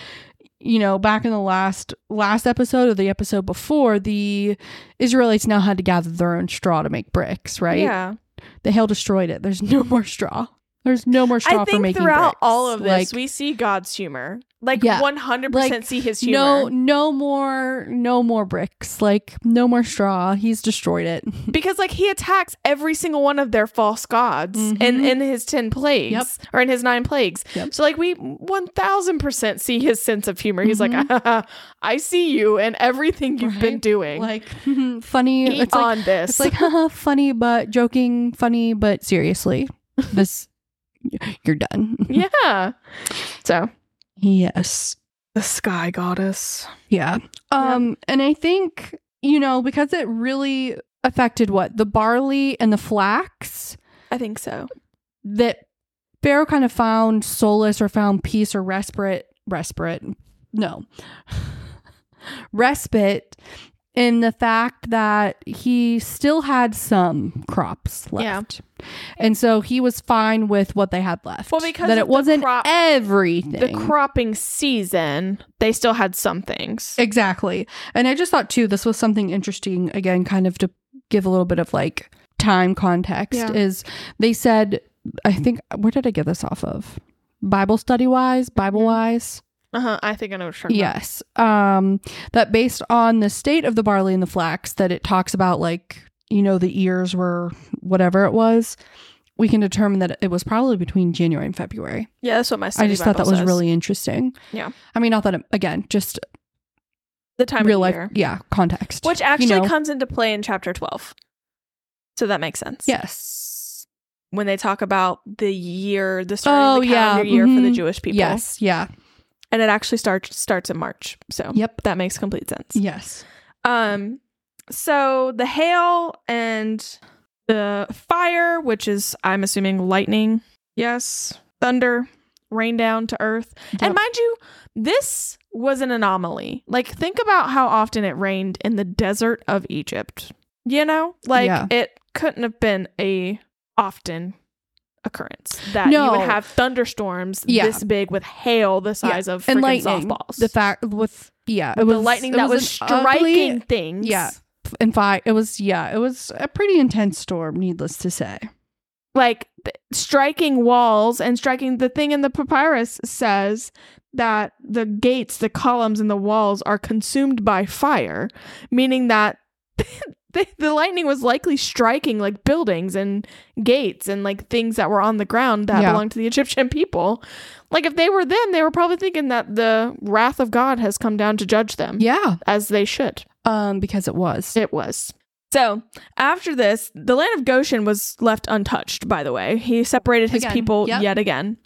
Speaker 2: you know back in the last last episode or the episode before, the Israelites now had to gather their own straw to make bricks, right?
Speaker 1: Yeah.
Speaker 2: The hail destroyed it. There's no more straw. There's no more straw
Speaker 1: I
Speaker 2: for
Speaker 1: think
Speaker 2: making
Speaker 1: throughout
Speaker 2: bricks.
Speaker 1: all of this,
Speaker 2: Like,
Speaker 1: we see God's humor. Like
Speaker 2: Yeah.
Speaker 1: 100%
Speaker 2: Like,
Speaker 1: see his humor.
Speaker 2: no, no more, no more bricks. Like no more straw. He's destroyed it.
Speaker 1: because like he attacks every single one of their false gods in
Speaker 2: Mhm.
Speaker 1: in his 10 plagues
Speaker 2: Yep.
Speaker 1: or in his 9 plagues
Speaker 2: Yep.
Speaker 1: so like we 1000% see his sense of humor he's like *laughs* i see you and everything you've been
Speaker 2: Mm-hmm. Right?
Speaker 1: doing *laughs*
Speaker 2: Like *laughs* funny.
Speaker 1: Eat
Speaker 2: it's like
Speaker 1: on this
Speaker 2: it's like *laughs* haha, funny but joking. Funny
Speaker 1: *laughs*
Speaker 2: but seriously, this you're done.
Speaker 1: *laughs* yeah so
Speaker 2: Yes.
Speaker 1: the sky goddess
Speaker 2: Yeah. Um, and I think, you know, because it really affected what? The barley and the flax
Speaker 1: i think so
Speaker 2: that Pharaoh kind of found solace or found peace or respite respite. No. *laughs* respite in the fact that he still had some crops
Speaker 1: Yeah.
Speaker 2: left. And so he was fine with what they had left.
Speaker 1: Well, because
Speaker 2: that
Speaker 1: of
Speaker 2: it
Speaker 1: the
Speaker 2: wasn't
Speaker 1: crop- the
Speaker 2: everything.
Speaker 1: cropping season they still had some things
Speaker 2: Exactly. And I just thought too, this was something interesting, again, kind of to give a little bit of like time context,
Speaker 1: Yeah.
Speaker 2: is they said, I think, where did I get this off of? Bible study wise, Bible wise?
Speaker 1: uh-huh i think i know what you're Mm-hmm. talking about.
Speaker 2: Yes. Um, that based on the state of the barley and the flax, that it talks about like, you know, the ears were whatever it was. We can determine that it was probably between January and February.
Speaker 1: yeah that's what my
Speaker 2: I
Speaker 1: study
Speaker 2: just thought that
Speaker 1: Bible
Speaker 2: was
Speaker 1: says.
Speaker 2: really interesting.
Speaker 1: Yeah.
Speaker 2: I mean, not that, it, again, just
Speaker 1: the time
Speaker 2: real
Speaker 1: of
Speaker 2: life,
Speaker 1: year
Speaker 2: yeah, context.
Speaker 1: which actually
Speaker 2: know.
Speaker 1: comes into play in chapter 12 so that makes sense
Speaker 2: Yes.
Speaker 1: when they talk about the year, the start of
Speaker 2: Oh,
Speaker 1: the
Speaker 2: yeah.
Speaker 1: calendar year for the
Speaker 2: Mhm.
Speaker 1: Jewish people.
Speaker 2: Yes. Yeah.
Speaker 1: And it actually starts starts in March. So
Speaker 2: Yep.
Speaker 1: that makes complete sense.
Speaker 2: Yes.
Speaker 1: Um so the hail and the fire, which is I'm assuming lightning. Yes. Thunder, rain down to earth. And
Speaker 2: Yep.
Speaker 1: mind you, this was an anomaly. Like think about how often it rained in the desert of Egypt. You know? Like
Speaker 2: Yeah.
Speaker 1: it couldn't have been a often occurrence that you
Speaker 2: No.
Speaker 1: would have thunderstorms
Speaker 2: Yeah.
Speaker 1: this big with hail the
Speaker 2: Yeah.
Speaker 1: size of
Speaker 2: and
Speaker 1: freaking
Speaker 2: lightning.
Speaker 1: softballs.
Speaker 2: The fact with yeah, it
Speaker 1: the
Speaker 2: was
Speaker 1: lightning
Speaker 2: it
Speaker 1: that was,
Speaker 2: an ugly-
Speaker 1: striking things.
Speaker 2: Yeah. and fire. It was yeah, it was a pretty intense storm. Needless to say.
Speaker 1: Mm-hmm. Like th- striking walls and striking the thing in the papyrus says that the gates, the columns, and the walls are consumed by fire, meaning that *laughs* the, the lightning was likely striking like buildings and gates and like things that were on the ground that
Speaker 2: Yeah.
Speaker 1: belonged to the Egyptian people. Like if they were them, they were probably thinking that the wrath of God has come down to judge them,
Speaker 2: Yeah.
Speaker 1: as they should.
Speaker 2: Um, because it was.
Speaker 1: It was. So after this, the land of Goshen was left untouched, by the way. He separated his
Speaker 2: Again,
Speaker 1: people
Speaker 2: yep.
Speaker 1: yet again.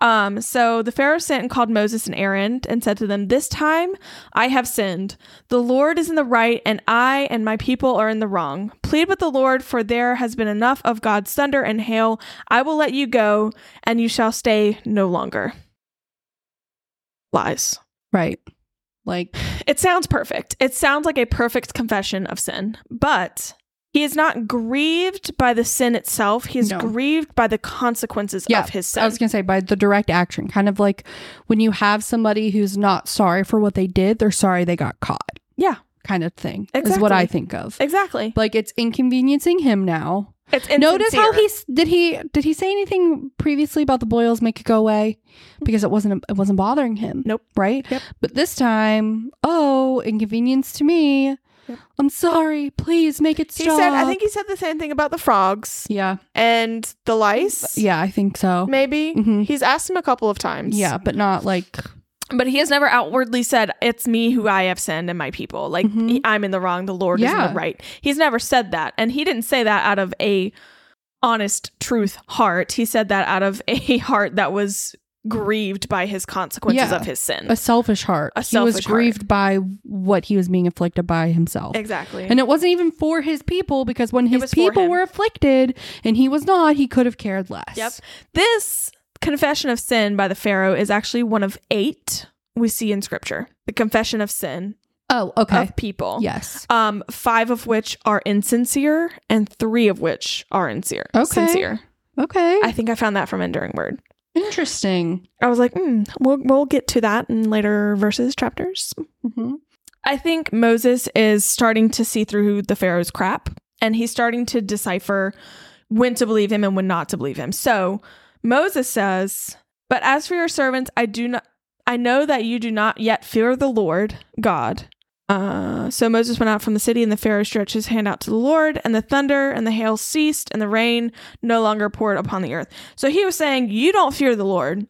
Speaker 1: Um, so the Pharaoh sent and called Moses and Aaron and said to them, This time I have sinned. The Lord is in the right, and I and my people are in the wrong. Plead with the Lord, for there has been enough of God's thunder and hail. I will let you go, and you shall stay no longer. Lies.
Speaker 2: Right. Like
Speaker 1: It sounds perfect. It sounds like a perfect confession of sin, but he is not grieved by the sin itself. He is
Speaker 2: No.
Speaker 1: grieved by the consequences
Speaker 2: Yeah,
Speaker 1: of his sin.
Speaker 2: I was gonna say by the direct action, kind of like when you have somebody who's not sorry for what they did, they're sorry they got caught.
Speaker 1: Yeah.
Speaker 2: Kind of thing is what
Speaker 1: Exactly.
Speaker 2: I think of.
Speaker 1: exactly.
Speaker 2: Like it's inconveniencing him now.
Speaker 1: It's insincere.
Speaker 2: Notice how he s- did he did he say anything previously about the boils make it go away because it wasn't it wasn't bothering him.
Speaker 1: Nope.
Speaker 2: Right.
Speaker 1: Yep.
Speaker 2: But this time, oh, inconvenience to me.
Speaker 1: Yep.
Speaker 2: I'm sorry. Please make it
Speaker 1: He
Speaker 2: stop.
Speaker 1: said. I think he said the same thing about the frogs
Speaker 2: Yeah.
Speaker 1: and the lice.
Speaker 2: Yeah, I think so.
Speaker 1: Maybe
Speaker 2: Mhm.
Speaker 1: he's asked him a couple of times.
Speaker 2: Yeah, but not like
Speaker 1: but he has never outwardly said it's me who I have sinned and my people. Like
Speaker 2: Mhm.
Speaker 1: he- I'm in the wrong, the Lord is in
Speaker 2: Yeah.
Speaker 1: the right. He's never said that, and he didn't say that out of a honest truth heart. He said that out of a *laughs* heart that was grieved by his consequences
Speaker 2: Yeah.
Speaker 1: of his sin.
Speaker 2: a selfish heart.
Speaker 1: A
Speaker 2: he was
Speaker 1: selfish heart.
Speaker 2: grieved by what he was being afflicted by himself.
Speaker 1: exactly.
Speaker 2: And it wasn't even for his people because when his
Speaker 1: was for
Speaker 2: people
Speaker 1: him.
Speaker 2: were afflicted and he was not, he could have cared less.
Speaker 1: Yep. This confession of sin by the Pharaoh is actually one of eight we see in Scripture. The confession of sin
Speaker 2: Oh, okay.
Speaker 1: of people.
Speaker 2: Yes.
Speaker 1: Um, five of which are insincere, and three of which are insincere.
Speaker 2: Okay.
Speaker 1: Sincere.
Speaker 2: Okay.
Speaker 1: I think I found that from Enduring Word.
Speaker 2: Interesting.
Speaker 1: I was like, mm, we'll we'll get to that in later verses chapters.
Speaker 2: Mm-hmm.
Speaker 1: I think Moses is starting to see through the Pharaoh's crap, and he's starting to decipher when to believe him and when not to believe him. So Moses says, But as for your servants, I do not I know that you do not yet fear the Lord God. Uh, so Moses went out from the city, and the Pharaoh stretched his hand out to the Lord, and the thunder and the hail ceased, and the rain no longer poured upon the earth. So he was saying, You don't fear the Lord.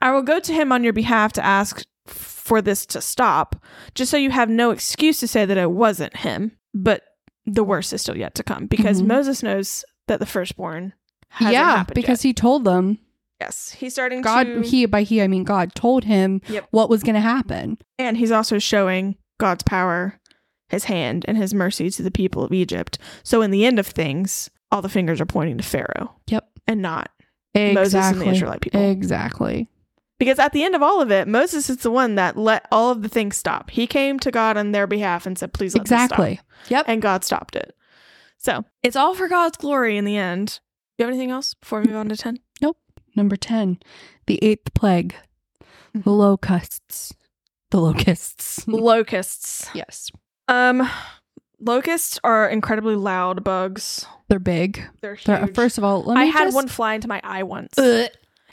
Speaker 1: I will go to him on your behalf to ask f- for this to stop, just so you have no excuse to say that it wasn't him. But the worst is still yet to come because
Speaker 2: Mhm.
Speaker 1: Moses knows that the firstborn hasn't
Speaker 2: yeah,
Speaker 1: happened
Speaker 2: because he told them
Speaker 1: yet. yes, he's starting
Speaker 2: God.
Speaker 1: to
Speaker 2: He by he I mean God told him
Speaker 1: Yep.
Speaker 2: what was going to happen.
Speaker 1: And he's also showing God's power, his hand, and his mercy to the people of Egypt. So in the end of things, all the fingers are pointing to Pharaoh.
Speaker 2: Yep.
Speaker 1: And not Moses and
Speaker 2: Exactly.
Speaker 1: the Israelite people.
Speaker 2: Exactly.
Speaker 1: Because at the end of all of it, Moses is the one that let all of the things stop. He came to God on their behalf and said, please let this
Speaker 2: Exactly.
Speaker 1: stop. And God stopped it. So it's all for God's glory in the end. Do you have anything else before we move on to 10?
Speaker 2: Number 10, the eighth plague,
Speaker 1: Mm-hmm.
Speaker 2: the locusts. The locusts.
Speaker 1: Locusts.
Speaker 2: yes.
Speaker 1: Um, locusts are incredibly loud bugs.
Speaker 2: They're big.
Speaker 1: They're
Speaker 2: They're, uh,
Speaker 1: huge.
Speaker 2: first of all, let me
Speaker 1: I had
Speaker 2: just-
Speaker 1: one fly into my eye once.
Speaker 2: Ugh.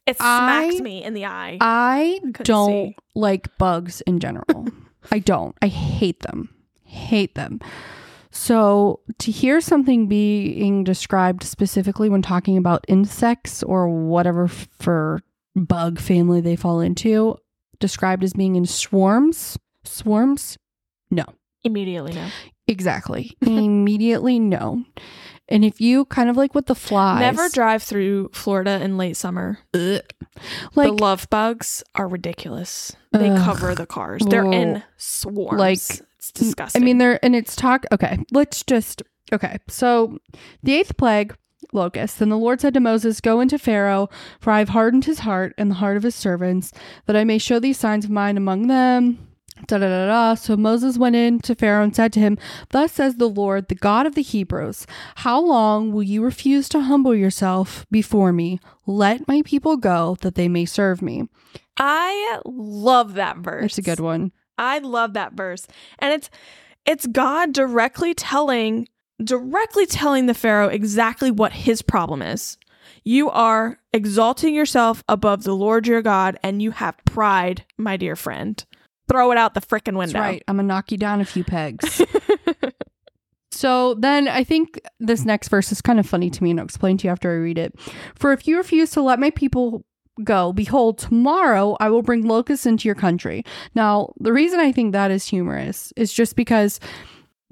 Speaker 1: It smacked
Speaker 2: I-
Speaker 1: me in the eye.
Speaker 2: I
Speaker 1: Couldn't
Speaker 2: don't
Speaker 1: see.
Speaker 2: like bugs
Speaker 1: *laughs*
Speaker 2: in general. I don't. I hate them. Hate them. So to hear something being described specifically when talking about insects or whatever f- for bug family they fall into, described as being in swarms, swarms, no.
Speaker 1: Immediately, no.
Speaker 2: Exactly.
Speaker 1: *laughs*
Speaker 2: Immediately no. And if you kind of like with the flies,
Speaker 1: Never drive through Florida in late summer.
Speaker 2: like
Speaker 1: the love bugs are ridiculous. They
Speaker 2: Ugh.
Speaker 1: cover the cars. They're
Speaker 2: Whoa.
Speaker 1: in swarms.
Speaker 2: Like,
Speaker 1: it's
Speaker 2: N-
Speaker 1: disgusting.
Speaker 2: I mean, there and it's talk. Okay, let's just okay. So the eighth plague, locusts. Then the Lord said to Moses, "Go into Pharaoh, for I have hardened his heart and the heart of his servants, that I may show these signs of mine among them." Da, da, da, da. So Moses went in to Pharaoh and said to him, Thus says the Lord, the God of the Hebrews, How long will you refuse to humble yourself before me? Let my people go, that they may serve me.
Speaker 1: I love that verse.
Speaker 2: That's a good one.
Speaker 1: I love that verse. And it's it's God directly telling directly telling the Pharaoh exactly what his problem is. You are exalting yourself above the Lord your God and you have pride, my dear friend. Throw it out the frickin'
Speaker 2: That's
Speaker 1: window.
Speaker 2: right. I'm going to knock you down a few pegs. So then I think this next verse is kind of funny to me, and I'll explain to you after I read it. For if you refuse to let my people go, behold, tomorrow I will bring locusts into your country. Now, the reason I think that is humorous is just because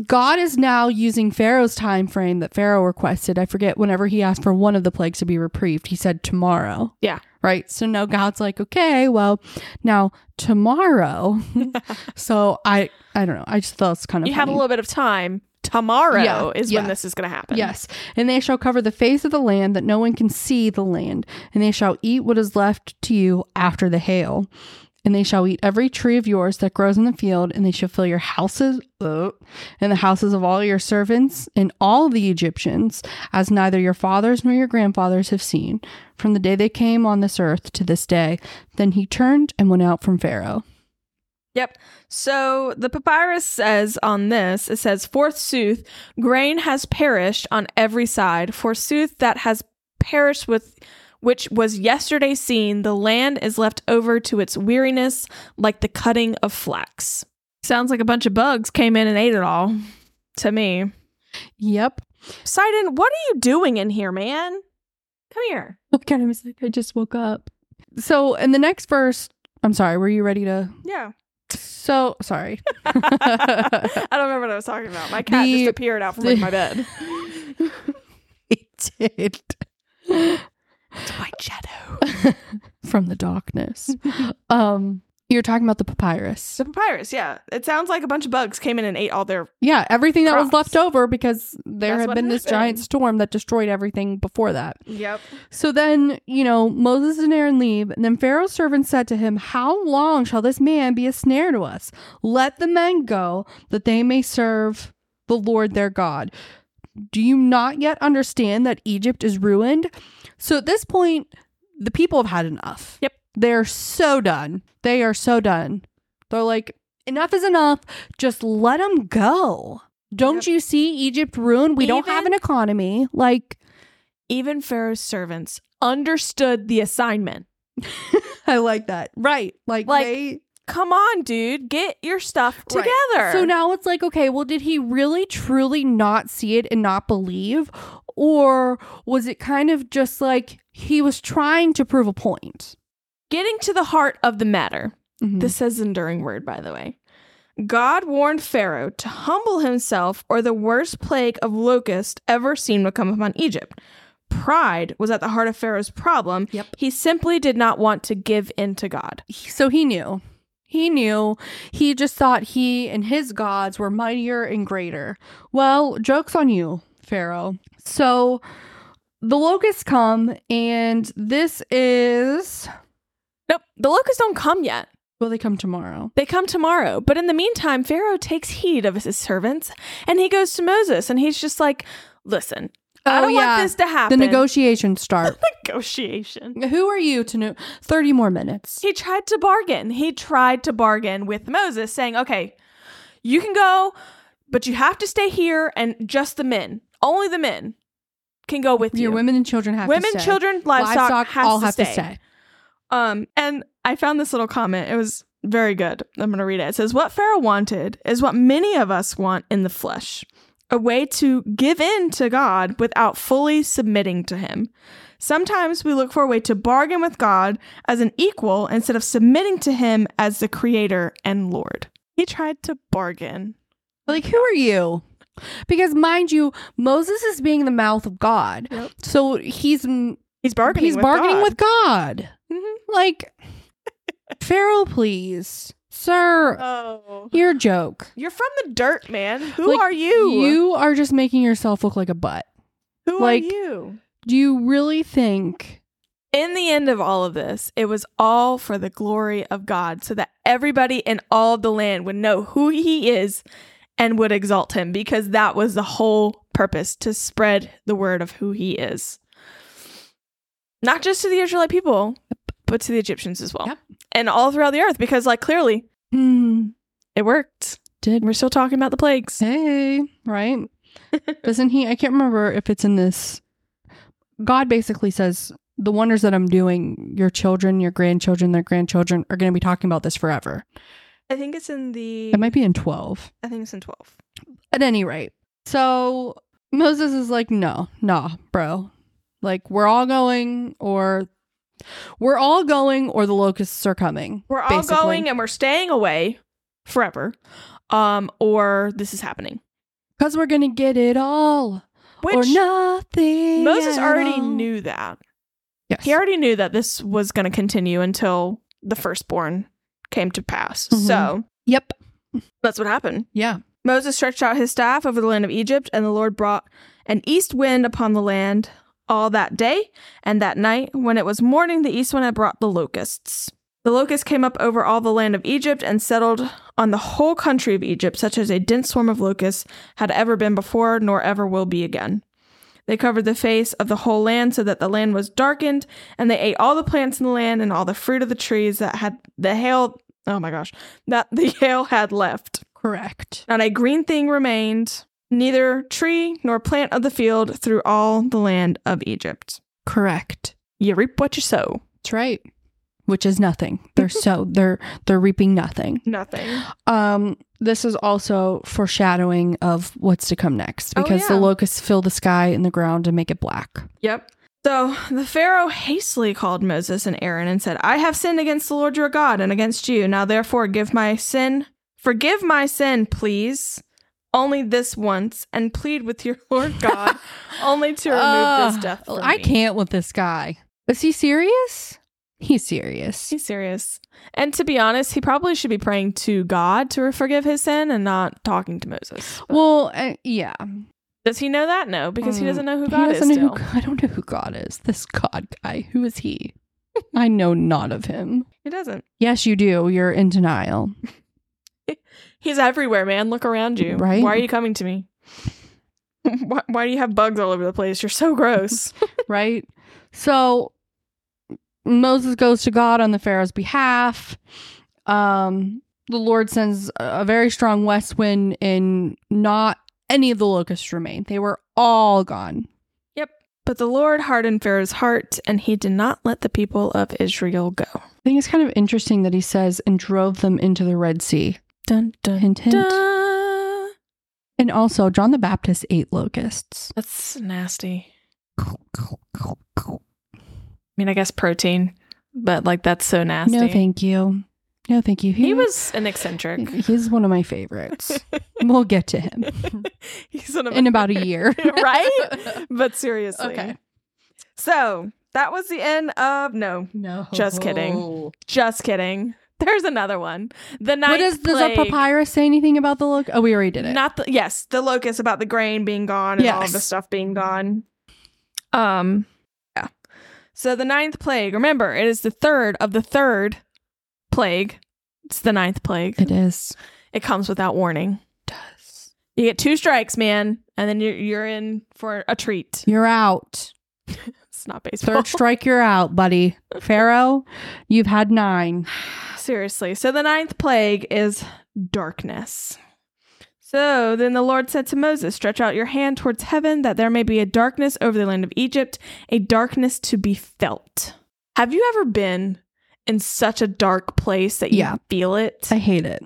Speaker 2: God is now using Pharaoh's time frame that Pharaoh requested. I forget whenever he asked for one of the plagues to be reprieved, he said tomorrow.
Speaker 1: Yeah.
Speaker 2: Right. So now God's like, okay, well, now
Speaker 1: *laughs*
Speaker 2: tomorrow. so I I don't know. I just thought it's kind of
Speaker 1: you have a
Speaker 2: funny.
Speaker 1: little bit of time. Tomorrow
Speaker 2: Yeah,
Speaker 1: is
Speaker 2: yeah.
Speaker 1: when this is going to happen.
Speaker 2: Yes. And they shall cover the face of the land that no one can see the land, and they shall eat what is left to you after the hail. And they shall eat every tree of yours that grows in the field, and they shall fill your houses uh, and the houses of all your servants and all the Egyptians, as neither your fathers nor your grandfathers have seen, from the day they came on this earth to this day. Then he turned and went out from Pharaoh.
Speaker 1: Yep. So the papyrus says on this, it says, Forsooth, grain has perished on every side. Forsooth, that has perished with which was yesterday seen. The land is left over to its weariness like the cutting of flax. Sounds like a bunch of bugs came in and ate it all to me.
Speaker 2: Yep. *laughs*
Speaker 1: Sidon, what are you doing in here, man? Come here.
Speaker 2: Look at him. He's like, I just woke up. So in the next verse, I'm sorry, were you ready to
Speaker 1: Yeah. *laughs*
Speaker 2: So sorry.
Speaker 1: I don't remember what I was talking about. My cat
Speaker 2: The-
Speaker 1: just appeared out from under *laughs* my bed.
Speaker 2: it did.
Speaker 1: It's my shadow.
Speaker 2: From the darkness. um you're talking about the papyrus.
Speaker 1: The papyrus, yeah. It sounds like a bunch of bugs came in and ate all their.
Speaker 2: Yeah, everything that was
Speaker 1: Crops.
Speaker 2: left over because there
Speaker 1: That's
Speaker 2: had
Speaker 1: what
Speaker 2: been this
Speaker 1: happened.
Speaker 2: giant storm that destroyed everything before that.
Speaker 1: Yep.
Speaker 2: So then, you know, Moses and Aaron leave, and then Pharaoh's servant said to him, How long shall this man be a snare to us? Let the men go, that they may serve the Lord their God. Do you not yet understand that Egypt is ruined? So at this point, the people have had enough.
Speaker 1: Yep.
Speaker 2: They're so done. They are so done. They're like, Enough is enough. Just let them go. Don't
Speaker 1: Yep.
Speaker 2: you see Egypt ruined? We don't have
Speaker 1: Even-
Speaker 2: an economy. Like,
Speaker 1: Even Pharaoh's servants understood the assignment.
Speaker 2: *laughs* I like that. Right. Like,
Speaker 1: Like,
Speaker 2: they-
Speaker 1: Come on, dude, get your stuff
Speaker 2: Right.
Speaker 1: together.
Speaker 2: So now it's like, okay, well, did he really truly not see it and not believe? Or was it kind of just like he was trying to prove a point?
Speaker 1: getting to the heart of the matter.
Speaker 2: This-
Speaker 1: This says enduring word, by the way. God warned Pharaoh to humble himself, or the worst plague of locust ever seen would come upon Egypt. Pride was at the heart of Pharaoh's problem.
Speaker 2: Yep.
Speaker 1: He simply did not want to give in to God.
Speaker 2: so he knew. He knew. He just thought he and his gods were mightier and greater. Well, joke's on you, Pharaoh. So the locusts come, and this is.
Speaker 1: Nope, the locusts don't come yet.
Speaker 2: Well, they come tomorrow.
Speaker 1: They come tomorrow. But in the meantime, Pharaoh takes heed of his servants and he goes to Moses and he's just like, listen, I
Speaker 2: Oh,
Speaker 1: don't
Speaker 2: yeah.
Speaker 1: want this to
Speaker 2: The
Speaker 1: happen.
Speaker 2: negotiations *laughs* start.
Speaker 1: negotiation.
Speaker 2: Who are you to know? 30 more minutes.
Speaker 1: He tried to bargain. He tried to bargain with Moses, saying, okay, you can go, but you have to stay here, and just the men, only the men, can go with you.
Speaker 2: Your women and children have
Speaker 1: Women,
Speaker 2: to stay.
Speaker 1: children, livestock, has
Speaker 2: all
Speaker 1: to
Speaker 2: have
Speaker 1: stay.
Speaker 2: to stay.
Speaker 1: Um, and I found this little comment. It was very good. I'm going to read it. It says, What Pharaoh wanted is what many of us want in the flesh a way to give in to God without fully submitting to Him. Sometimes we look for a way to bargain with God as an equal instead of submitting to Him as the Creator and Lord. He tried to bargain.
Speaker 2: Like, who are you? Because mind you, Moses is being the mouth of God,
Speaker 1: Yep.
Speaker 2: so he's m-
Speaker 1: He's bargaining.
Speaker 2: he's
Speaker 1: with
Speaker 2: bargaining
Speaker 1: God.
Speaker 2: with God.
Speaker 1: Mhm.
Speaker 2: *laughs* Like, Pharaoh, please, sir,
Speaker 1: Oh,
Speaker 2: your joke.
Speaker 1: you're from the dirt, man. Who
Speaker 2: Like,
Speaker 1: are you?
Speaker 2: You are just making yourself look like a butt.
Speaker 1: Who
Speaker 2: like-
Speaker 1: are you?
Speaker 2: Do you really think?
Speaker 1: in the end of all of this, it was all for the glory of God, so that everybody in all of the land would know who he is and would exalt him, because that was the whole purpose to spread the word of who he is. Not just to the Israelite people, but to the Egyptians as well.
Speaker 2: Yep.
Speaker 1: And all throughout the earth, because, like, clearly
Speaker 2: Hmm,
Speaker 1: it worked.
Speaker 2: did
Speaker 1: We're still talking about the plagues.
Speaker 2: Hey,
Speaker 1: *laughs*
Speaker 2: right? Doesn't he? I can't remember if it's in this. God basically says, The wonders that I'm doing, your children, your grandchildren, their grandchildren are going to be talking about this forever.
Speaker 1: I think it's in the.
Speaker 2: It might be in 12.
Speaker 1: I think it's in 12.
Speaker 2: At any rate. So Moses is like, No, nah, bro. Like, we're all going, or we're all going, or the locusts are coming.
Speaker 1: We're all
Speaker 2: basically.
Speaker 1: going and we're staying away forever, um, or this is happening.
Speaker 2: Because we're going to get it all,
Speaker 1: Which
Speaker 2: or nothing.
Speaker 1: Moses
Speaker 2: at
Speaker 1: already
Speaker 2: all.
Speaker 1: knew that.
Speaker 2: Yes.
Speaker 1: He already knew that this was going to continue until the firstborn came to pass.
Speaker 2: Mhm.
Speaker 1: So
Speaker 2: Yep.
Speaker 1: that's what happened.
Speaker 2: Yeah.
Speaker 1: Moses stretched out his staff over the land of Egypt, and the Lord brought an east wind upon the land all that day and that night. When it was morning, the east wind had brought the locusts. The locusts came up over all the land of Egypt and settled on the whole country of Egypt, such as a dense swarm of locusts had ever been before, nor ever will be again. They covered the face of the whole land so that the land was darkened, and they ate all the plants in the land and all the fruit of the trees that had the hail. Oh my gosh, that the *laughs* hail had left.
Speaker 2: Correct.
Speaker 1: Not a green thing remained, neither tree nor plant of the field through all the land of Egypt.
Speaker 2: Correct.
Speaker 1: You reap what you sow.
Speaker 2: That's right. Which is nothing. They're *laughs* so they're they're reaping nothing.
Speaker 1: Nothing.
Speaker 2: Um this is also foreshadowing of what's to come next
Speaker 1: Oh,
Speaker 2: because the
Speaker 1: yeah.
Speaker 2: locusts fill the sky and the ground and make it *laughs* black.
Speaker 1: Yep. So the Pharaoh hastily called Moses and Aaron and said, I have sinned against the Lord your God and against you. Now therefore give my sin, forgive my sin, please, only this once, and plead with your *laughs* Lord
Speaker 2: *laughs*
Speaker 1: God only to remove
Speaker 2: Ugh,
Speaker 1: this death. From
Speaker 2: Ah, I
Speaker 1: me."
Speaker 2: can't with this guy. Is he serious? He's serious.
Speaker 1: He's serious. And to be honest, he probably should be praying to God to forgive his sin and not talking to Moses. But
Speaker 2: well, uh, yeah.
Speaker 1: does he know that? No, because he
Speaker 2: Mm.
Speaker 1: doesn't know who
Speaker 2: He
Speaker 1: God is.
Speaker 2: doesn't
Speaker 1: Still.
Speaker 2: know who, *laughs* I don't know who God is. This God guy. Who is he? I know not of him.
Speaker 1: He doesn't.
Speaker 2: Yes, you do. You're in denial.
Speaker 1: He's everywhere, man. Look around you.
Speaker 2: Right?
Speaker 1: Why are you coming to me? *laughs* why, why do you have bugs all over the place? You're so
Speaker 2: *laughs*
Speaker 1: gross.
Speaker 2: right? So Moses goes to God on the Pharaoh's behalf. Um, the Lord sends a a very strong west wind, and not any of the locusts remain. They were all gone.
Speaker 1: Yep. But the Lord hardened Pharaoh's heart, and he did not let the people of Israel go.
Speaker 2: I think it's kind of interesting that he says, and drove them into the Red Sea.
Speaker 1: Dun, dun,
Speaker 2: Hint, hint.
Speaker 1: dun.
Speaker 2: And also, John the Baptist ate locusts.
Speaker 1: That's nasty. I mean, I guess protein, but like that's so nasty.
Speaker 2: No, thank you. No, thank you.
Speaker 1: He was an eccentric.
Speaker 2: He's one of
Speaker 1: *laughs*
Speaker 2: my favorites. we'll get to him
Speaker 1: He's an
Speaker 2: in about
Speaker 1: *laughs*
Speaker 2: a year. *laughs*
Speaker 1: right? But seriously.
Speaker 2: Okay.
Speaker 1: So that was the end of no.
Speaker 2: No.
Speaker 1: Just kidding. Just kidding. *laughs* There's another one. The ninth
Speaker 2: What does does a
Speaker 1: plague.
Speaker 2: papyrus say anything about the look? Oh, we already did it.
Speaker 1: Not the yes, the locust about the grain being gone and all of the
Speaker 2: Yes.
Speaker 1: stuff being gone. Um yeah. So the ninth plague, remember, it is the third of the third plague. It's the ninth plague.
Speaker 2: it is.
Speaker 1: It comes without warning.
Speaker 2: Does
Speaker 1: You get two strikes, man, and then you're you're in for a treat. *laughs*
Speaker 2: you're out?
Speaker 1: It's not baseball.
Speaker 2: Third strike, you're out, buddy. Pharaoh, you've had nine.
Speaker 1: Seriously. So the ninth plague is darkness. So then the Lord said to Moses, Stretch out your hand towards heaven, that there may be a darkness over the land of Egypt, a darkness to be felt. Have you ever been in such a dark place that you
Speaker 2: Yeah.
Speaker 1: feel it?
Speaker 2: I hate it,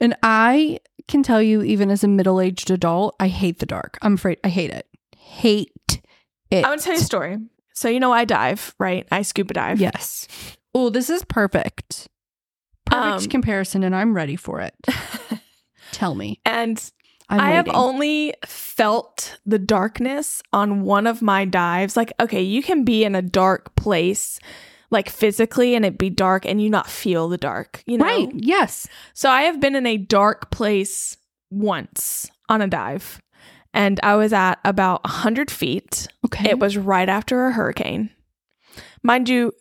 Speaker 2: and I can tell you, even as a middle-aged adult, I hate the dark. I'm afraid. I hate it. Hate it.
Speaker 1: I'm going to tell you a story. So, you know, I dive, right? I scuba dive.
Speaker 2: Yes. Oh, this is perfect. Perfect
Speaker 1: Um,
Speaker 2: comparison, and I'm ready
Speaker 1: *laughs*
Speaker 2: for it. Tell me.
Speaker 1: And
Speaker 2: I'm
Speaker 1: I have
Speaker 2: waiting.
Speaker 1: only felt the darkness on one of my dives. Like, okay, you can be in a dark place, like physically, and it be dark and you not feel the dark, you know?
Speaker 2: Right. Yes.
Speaker 1: So I have been in a dark place once on a dive, and I was at about 100 feet.
Speaker 2: Okay.
Speaker 1: It was right after a hurricane. Mind you,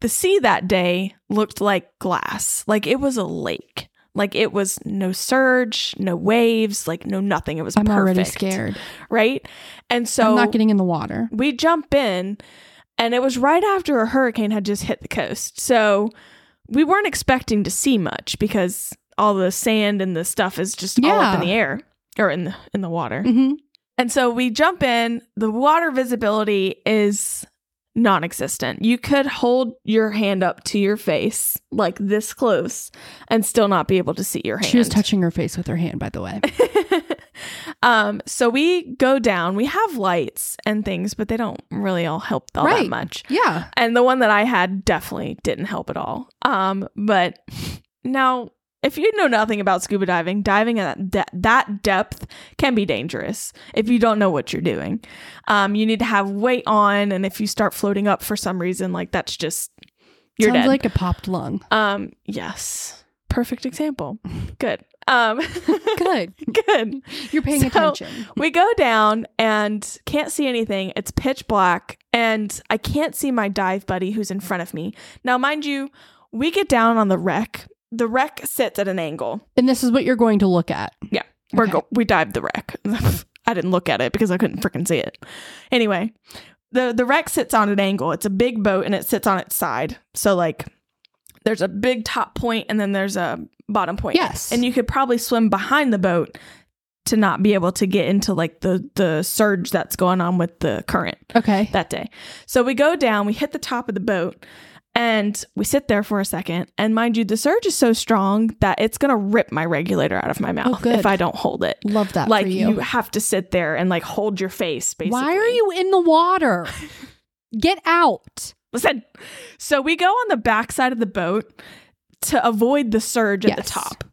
Speaker 1: the sea that day looked like glass. Like it was a lake. Like it was no surge, no waves, like no nothing. It was
Speaker 2: I'm
Speaker 1: perfect.
Speaker 2: already scared.
Speaker 1: Right? And so
Speaker 2: I'm not getting in the water.
Speaker 1: we jump in and it was right after a hurricane had just hit the coast. So we weren't expecting to see much because all the sand and the stuff is just all up in
Speaker 2: Yeah.
Speaker 1: the air or in the in the water.
Speaker 2: Mm-hmm.
Speaker 1: And so we jump in. The water visibility is non existent. You could hold your hand up to your face, like this close, and still not be able to see your hand.
Speaker 2: She
Speaker 1: *laughs*
Speaker 2: was touching her face with her hand, by the way.
Speaker 1: um, so we go down. We have lights and things, but they don't really all help all that
Speaker 2: Right.
Speaker 1: much.
Speaker 2: Yeah.
Speaker 1: And the one that I had definitely didn't help at all. Um, but now, if you know nothing about scuba diving, diving at that, de- that depth can be dangerous if you don't know what you're doing. Um, you need to have weight on, and if you start floating up for some reason, like that's just you're
Speaker 2: Sounds
Speaker 1: dead.
Speaker 2: like a popped lung.
Speaker 1: um, yes, perfect example. Good. Um, *laughs*
Speaker 2: Good.
Speaker 1: *laughs* good
Speaker 2: You're paying
Speaker 1: So-
Speaker 2: attention.
Speaker 1: we go down and can't see anything. It's pitch black, and I can't see my dive buddy who's in front of me. Now, mind you, we get down on the wreck. The wreck sits at an angle.
Speaker 2: And this is what you're going to look at.
Speaker 1: We're
Speaker 2: Okay.
Speaker 1: go- we dived the wreck. *laughs* I didn't look at it because I couldn't freaking see it. Anyway, the the wreck sits on an angle. It's a big boat and it sits on its side. So like, there's a big top point and then there's a bottom point.
Speaker 2: Yes.
Speaker 1: And you could probably swim behind the boat to not be able to get into like the the surge that's going on with the current
Speaker 2: okay.
Speaker 1: that day. So we go down, we hit the top of the boat, and we sit there for a second. And mind you, the surge is so strong that it's going to rip my regulator out of my mouth
Speaker 2: Oh, good.
Speaker 1: if I don't hold it.
Speaker 2: Love that
Speaker 1: Like
Speaker 2: for
Speaker 1: you.
Speaker 2: you.
Speaker 1: have to sit there and like hold your face basically.
Speaker 2: Why are you in the water? Get out.
Speaker 1: *laughs* Listen. So we go on the backside of the boat to avoid the surge at the
Speaker 2: Yes.
Speaker 1: top.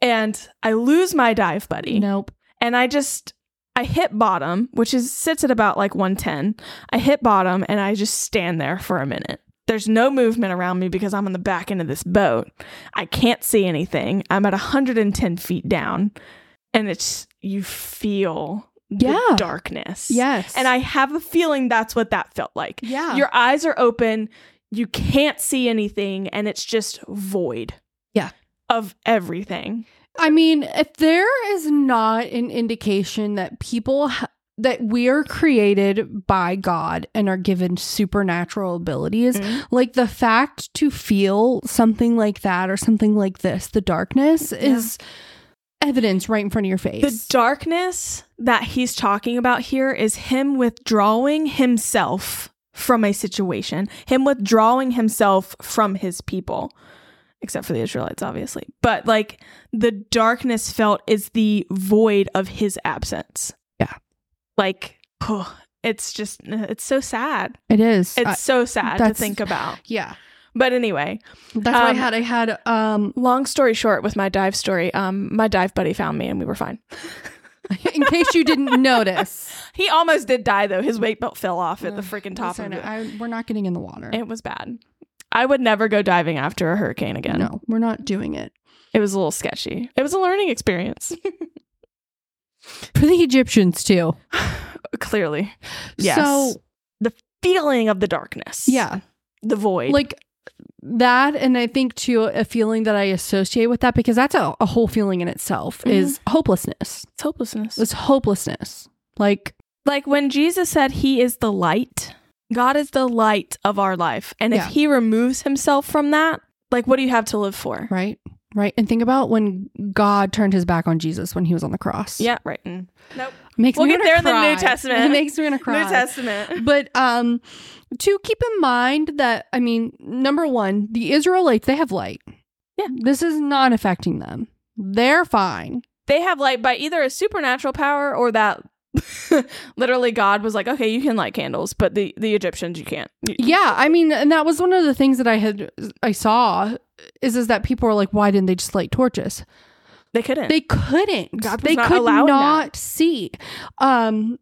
Speaker 1: And I lose my dive buddy.
Speaker 2: Nope.
Speaker 1: and I just I hit bottom, which is sits at about like 110. I hit bottom and I just stand there for a minute. There's no movement around me because I'm on the back end of this boat. I can't see anything. I'm at 110 feet down, and it's you feel
Speaker 2: Yeah.
Speaker 1: the darkness.
Speaker 2: Yes.
Speaker 1: and I have a feeling that's what that felt like.
Speaker 2: Yeah.
Speaker 1: Your eyes are open, you can't see anything, and it's just void.
Speaker 2: Yeah.
Speaker 1: of everything.
Speaker 2: I mean, if there is not an indication that people ha- that we are created by God and are given supernatural abilities,
Speaker 1: Mm-hmm.
Speaker 2: like the fact to feel something like that or something like this, the darkness
Speaker 1: Yeah.
Speaker 2: is evidence right in front of your face.
Speaker 1: The darkness that he's talking about here is him withdrawing himself from a situation, him withdrawing himself from his people, except for the Israelites, obviously. But like the darkness felt is the void of his absence.
Speaker 2: Yeah.
Speaker 1: Like, oh, it's just, it's so sad.
Speaker 2: it is.
Speaker 1: It's
Speaker 2: I-
Speaker 1: so sad to
Speaker 2: that's-
Speaker 1: think about.
Speaker 2: yeah.
Speaker 1: But anyway,
Speaker 2: That's what I
Speaker 1: Um,
Speaker 2: had. I had um *laughs*
Speaker 1: long story short, with my dive story, um, my dive buddy found me and we were fine.
Speaker 2: in case
Speaker 1: *laughs*
Speaker 2: you didn't notice.
Speaker 1: He almost did die though. His weight belt fell off at the
Speaker 2: Ugh,
Speaker 1: freaking top
Speaker 2: Listen,
Speaker 1: of it.
Speaker 2: I, we're not getting in the water.
Speaker 1: It was bad. I would never go diving after a hurricane again.
Speaker 2: No, we're not doing it.
Speaker 1: It was a little sketchy. It was a learning
Speaker 2: *laughs*
Speaker 1: experience.
Speaker 2: For the Egyptians too.
Speaker 1: Clearly. Yes.
Speaker 2: So
Speaker 1: Feeling of the darkness.
Speaker 2: yeah.
Speaker 1: The void.
Speaker 2: Like that and I think too a feeling that I associate with that because that's a, a whole feeling in itself
Speaker 1: Mm-hmm.
Speaker 2: is hopelessness.
Speaker 1: it's hopelessness.
Speaker 2: It's hopelessness. Like
Speaker 1: like when Jesus said he is the light, God is the light of our life. And
Speaker 2: Yeah.
Speaker 1: if he removes himself from that, like what do you have to live for?
Speaker 2: right? Right. And think about when God turned his back on Jesus when he was on the cross.
Speaker 1: Yeah, right. Mm.
Speaker 2: Makes
Speaker 1: We'll
Speaker 2: me
Speaker 1: get
Speaker 2: wanna
Speaker 1: there in the
Speaker 2: cry. *laughs*
Speaker 1: New Testament.
Speaker 2: It makes me gonna cry.
Speaker 1: New Testament.
Speaker 2: but um to keep in mind that i mean number one the israelites they have light
Speaker 1: Yeah.
Speaker 2: this is not affecting them they're fine
Speaker 1: They have light by either a supernatural power or that *laughs* literally God was like, okay, you can light candles, but the, the Egyptians, you can't. You-
Speaker 2: yeah i mean and that was one of the things that i had i saw is is that people are like why didn't they just light torches
Speaker 1: They couldn't.
Speaker 2: they couldn't
Speaker 1: God was
Speaker 2: they
Speaker 1: not
Speaker 2: could
Speaker 1: allowing that.
Speaker 2: not see um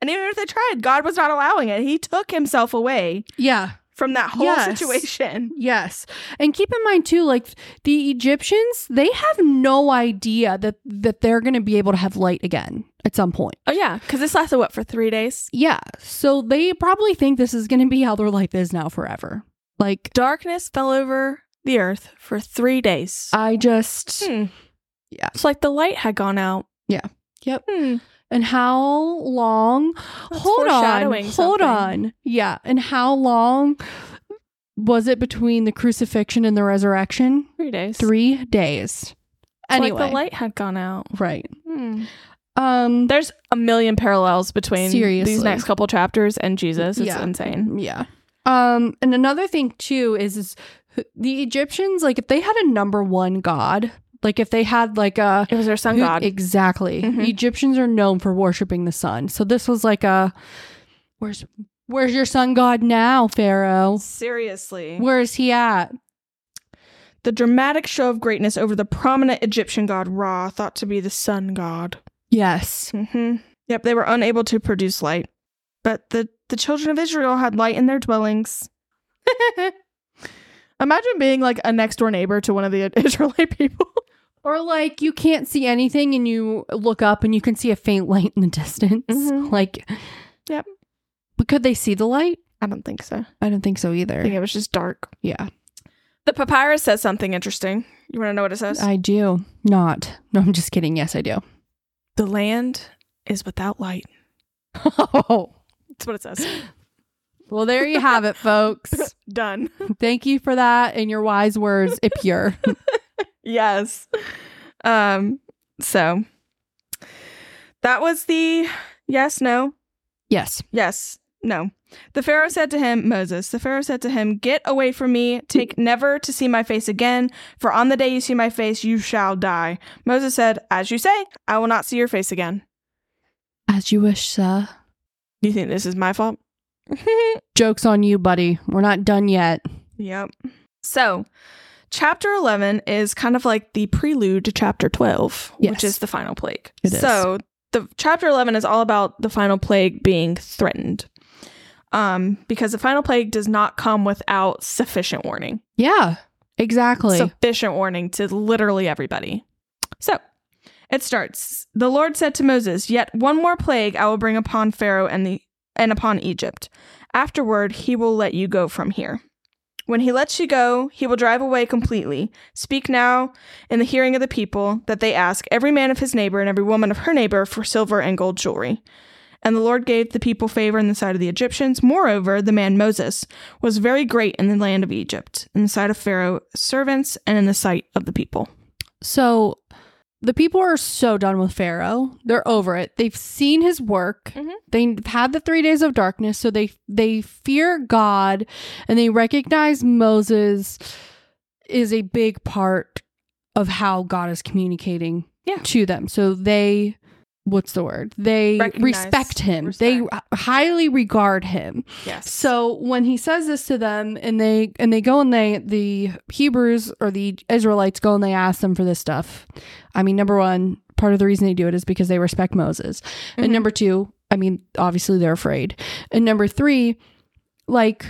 Speaker 1: And even if they tried, God was not allowing it. He took himself away
Speaker 2: yeah
Speaker 1: from that whole
Speaker 2: Yes.
Speaker 1: situation.
Speaker 2: Yes. And keep in mind too like the Egyptians, they have no idea that that they're going to be able to have light again at some point.
Speaker 1: Oh yeah, because this lasted what for three days.
Speaker 2: Yeah. So they probably think this is going to be how their life is now forever. Like
Speaker 1: Darkness fell over the earth for three days.
Speaker 2: I just
Speaker 1: Uh, Hmm.
Speaker 2: Yeah.
Speaker 1: it's like the light had gone out.
Speaker 2: Yeah. Yep.
Speaker 1: Hmm.
Speaker 2: and how long?
Speaker 1: That's
Speaker 2: hold on.
Speaker 1: foreshadowing
Speaker 2: Hold
Speaker 1: something.
Speaker 2: on. Yeah. And how long was it between the crucifixion and the resurrection?
Speaker 1: Three days.
Speaker 2: 3 days.
Speaker 1: It's
Speaker 2: Anyway.
Speaker 1: like the light had gone out.
Speaker 2: Right.
Speaker 1: Hmm.
Speaker 2: Um
Speaker 1: There's a million parallels between these
Speaker 2: Seriously.
Speaker 1: next couple chapters and Jesus. It's
Speaker 2: Yeah.
Speaker 1: insane.
Speaker 2: Yeah. Um, and another thing too is, is the Egyptians like if they had a number one god, like if they had like a
Speaker 1: It was their sun
Speaker 2: who-
Speaker 1: god.
Speaker 2: exactly.
Speaker 1: Mhm.
Speaker 2: Egyptians are known for worshiping the sun, so this was like a where's where's your sun god now, Pharaoh?
Speaker 1: Seriously.
Speaker 2: Where is he at?
Speaker 1: The dramatic show of greatness over the prominent Egyptian god Ra, thought to be the sun god.
Speaker 2: Yes.
Speaker 1: hmm Yep, they were unable to produce light. But the, the children of Israel had light in their *laughs* dwellings. Imagine being like a next door neighbor to one of the *laughs* Israelite people.
Speaker 2: Or like you can't see anything and you look up and you can see a faint light in the distance.
Speaker 1: Mhm.
Speaker 2: Like
Speaker 1: Yep.
Speaker 2: But could they see the light?
Speaker 1: I don't think so.
Speaker 2: I don't think so
Speaker 1: I
Speaker 2: either.
Speaker 1: think it was just dark.
Speaker 2: yeah.
Speaker 1: The papyrus says something interesting. You want to know what it says?
Speaker 2: I do not. *laughs* No, I'm just kidding. Yes, I do. *laughs*
Speaker 1: the land is without light.
Speaker 2: Oh,
Speaker 1: That's what it says. *laughs*
Speaker 2: well, there you have it, folks.
Speaker 1: Done.
Speaker 2: Thank you for that and your wise words, Ipure.
Speaker 1: Yes. *laughs* Um, so that was the yes, no,
Speaker 2: yes.
Speaker 1: Yes. No. The Pharaoh said to him, Moses, the Pharaoh said to him, Get away from me, take never to see my face again, for on the day you see my face, you shall die. Moses said, As you say, I will not see your face again.
Speaker 2: As you wish, sir.
Speaker 1: You think this is my fault? *laughs*
Speaker 2: Joke's on you, buddy. We're not done yet.
Speaker 1: yep. So, chapter 11 is kind of like the prelude to chapter 12, which
Speaker 2: Yes.
Speaker 1: is the final plague.
Speaker 2: It is.
Speaker 1: so, the chapter 11 is all about the final plague being threatened. Um, because the final plague does not come without sufficient warning.
Speaker 2: Yeah, exactly.
Speaker 1: sufficient warning to literally everybody. So it starts. The Lord said to Moses, Yet one more plague I will bring upon Pharaoh and the and upon Egypt. Afterward he will let you go from here. When he lets you go, he will drive away completely. Speak now in the hearing of the people that they ask every man of his neighbor and every woman of her neighbor for silver and gold jewelry. And the Lord gave the people favor in the sight of the Egyptians. Moreover, the man Moses was very great in the land of Egypt, in the sight of Pharaoh's servants, and in the sight of the people.
Speaker 2: so the people are so done with Pharaoh. They're over it. They've seen his work.
Speaker 1: Mhm.
Speaker 2: They've had the 3 days of darkness, so they they fear God and they recognize Moses is a big part of how God is communicating
Speaker 1: Yeah.
Speaker 2: to them. So they what's the word? They
Speaker 1: Recognize,
Speaker 2: respect him. They
Speaker 1: respect.
Speaker 2: highly regard him.
Speaker 1: Yes.
Speaker 2: So when he says this to them and they and they go and they the Hebrews or the Israelites go and they ask them for this stuff. I mean, number one, part of the reason they do it is because they respect Moses.
Speaker 1: Mhm.
Speaker 2: And number two, I mean, obviously they're afraid. And number three, like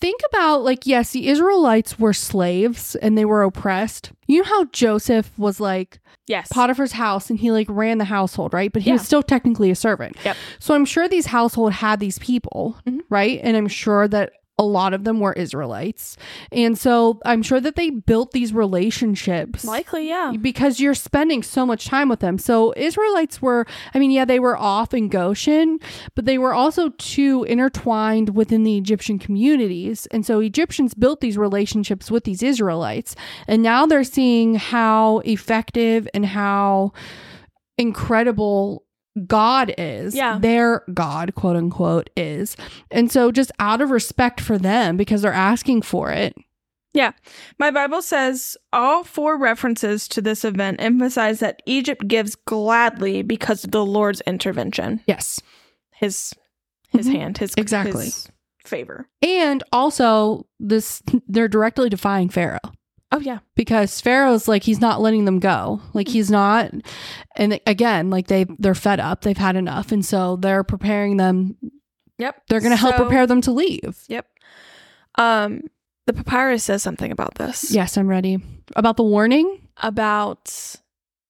Speaker 2: think about like yes, the Israelites were slaves and they were oppressed. You know how Joseph was like
Speaker 1: yes.
Speaker 2: Potiphar's house and he like ran the household, right? But he was
Speaker 1: Yeah.
Speaker 2: still technically a servant.
Speaker 1: Yep.
Speaker 2: So I'm sure these household had these people,
Speaker 1: Mhm.
Speaker 2: right? And I'm sure that a lot of them were Israelites. And so I'm sure that they built these relationships.
Speaker 1: Likely, yeah.
Speaker 2: because you're spending so much time with them. So Israelites were, I mean, yeah, they were off in Goshen, but they were also too intertwined within the Egyptian communities. And so Egyptians built these relationships with these Israelites. And now they're seeing how effective and how incredible God is.
Speaker 1: Yeah.
Speaker 2: Their God, quote unquote, is. And so just out of respect for them because they're asking for it.
Speaker 1: My Bible says all four references to this event emphasize that Egypt gives gladly because of the Lord's intervention,
Speaker 2: Yes.
Speaker 1: his his
Speaker 2: Mhm.
Speaker 1: hand, his
Speaker 2: Exactly.
Speaker 1: his favor.
Speaker 2: And also this *laughs* they're directly defying Pharaoh.
Speaker 1: Oh yeah.
Speaker 2: because Pharaoh's like he's not letting them go. Like he's not and again, like they they're fed up. They've had enough and so they're preparing them
Speaker 1: Yep.
Speaker 2: they're going to help
Speaker 1: So-
Speaker 2: prepare them to leave.
Speaker 1: Yep. Um the papyrus says something about this.
Speaker 2: Yes, I'm ready. About the warning?
Speaker 1: About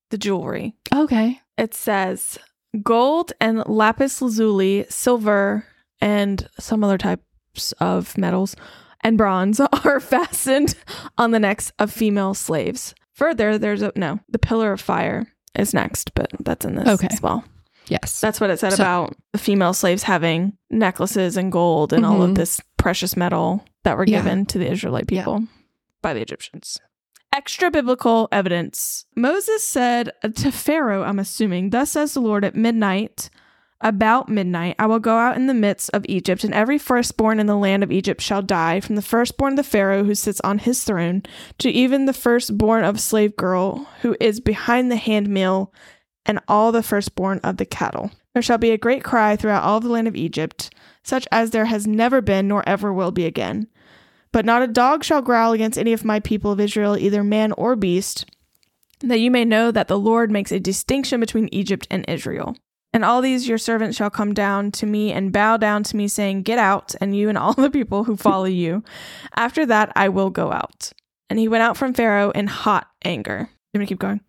Speaker 1: the jewelry.
Speaker 2: Okay.
Speaker 1: It says gold and lapis lazuli, silver, and some other types of metals and bronze *laughs* are fastened on the necks of female slaves. Further, there's a no, the pillar of fire is next, but that's in this
Speaker 2: Okay.
Speaker 1: as well.
Speaker 2: Yes.
Speaker 1: That's what it said
Speaker 2: So-
Speaker 1: about the female slaves having necklaces and gold and all of
Speaker 2: Mhm.
Speaker 1: this precious metal that were
Speaker 2: Yeah.
Speaker 1: given to the Israelite
Speaker 2: Yeah.
Speaker 1: people by the Egyptians. Extra biblical evidence. Moses said to Pharaoh, I'm assuming, Thus says the Lord at midnight, about midnight, I will go out in the midst of Egypt, and every firstborn in the land of Egypt shall die, from the firstborn of the Pharaoh who sits on his throne, to even the firstborn of slave girl who is behind the handmill and all the firstborn of the cattle. There shall be a great cry throughout all the land of Egypt, such as there has never been nor ever will be again. But not a dog shall growl against any of my people of Israel, either man or beast, that you may know that the Lord makes a distinction between Egypt and Israel. And all these your servants shall come down to me and bow down to me, saying, Get out, and you and all the people who follow you. After that I will go out. And he went out from Pharaoh in hot anger. I'm going to keep going.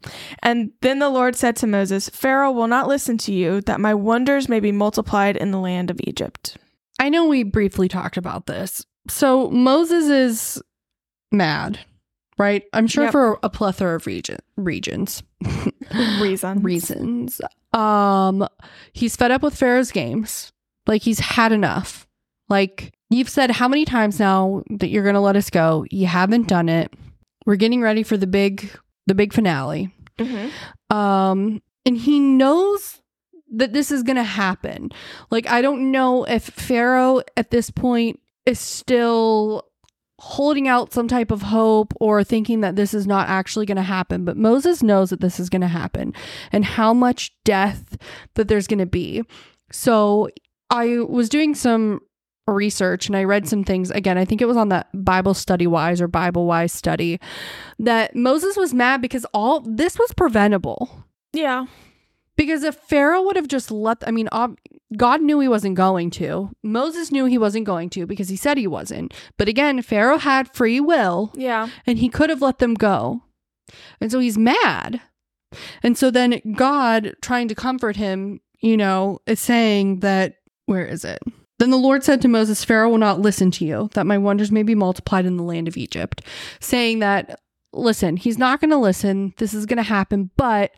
Speaker 1: And then the Lord said to Moses, Pharaoh will not listen to you, that my wonders may be multiplied in the land of Egypt.
Speaker 2: I know we briefly talked about this. So Moses is mad, right? I'm sure
Speaker 1: Yep.
Speaker 2: for a plethora of region, regions. *laughs*
Speaker 1: Reason.
Speaker 2: reasons. Um, he's fed up with Pharaoh's games. Like he's had enough. Like you've said how many times now that you're gonna let us go? You haven't done it. We're getting ready for the big, the big finale.
Speaker 1: hmm
Speaker 2: Um, and he knows that this is gonna happen. Like I don't know if Pharaoh at this point is still holding out some type of hope or thinking that this is not actually going to happen but Moses knows that this is going to happen and how much death that there's going to be so I was doing some research and I read some things again I think it was on that Bible study wise or Bible wise study that Moses was mad because all this was preventable
Speaker 1: Yeah.
Speaker 2: because if Pharaoh would have just let, I mean, ob- God knew he wasn't going to. Moses knew he wasn't going to because he said he wasn't. But again, Pharaoh had free will
Speaker 1: Yeah.
Speaker 2: and he could have let them go. And so he's mad. And so then God, trying to comfort him, you know, is saying that, where is it? Then the Lord said to Moses, Pharaoh will not listen to you, that my wonders may be multiplied in the land of Egypt. Saying that, listen, he's not going to listen. This is going to happen, but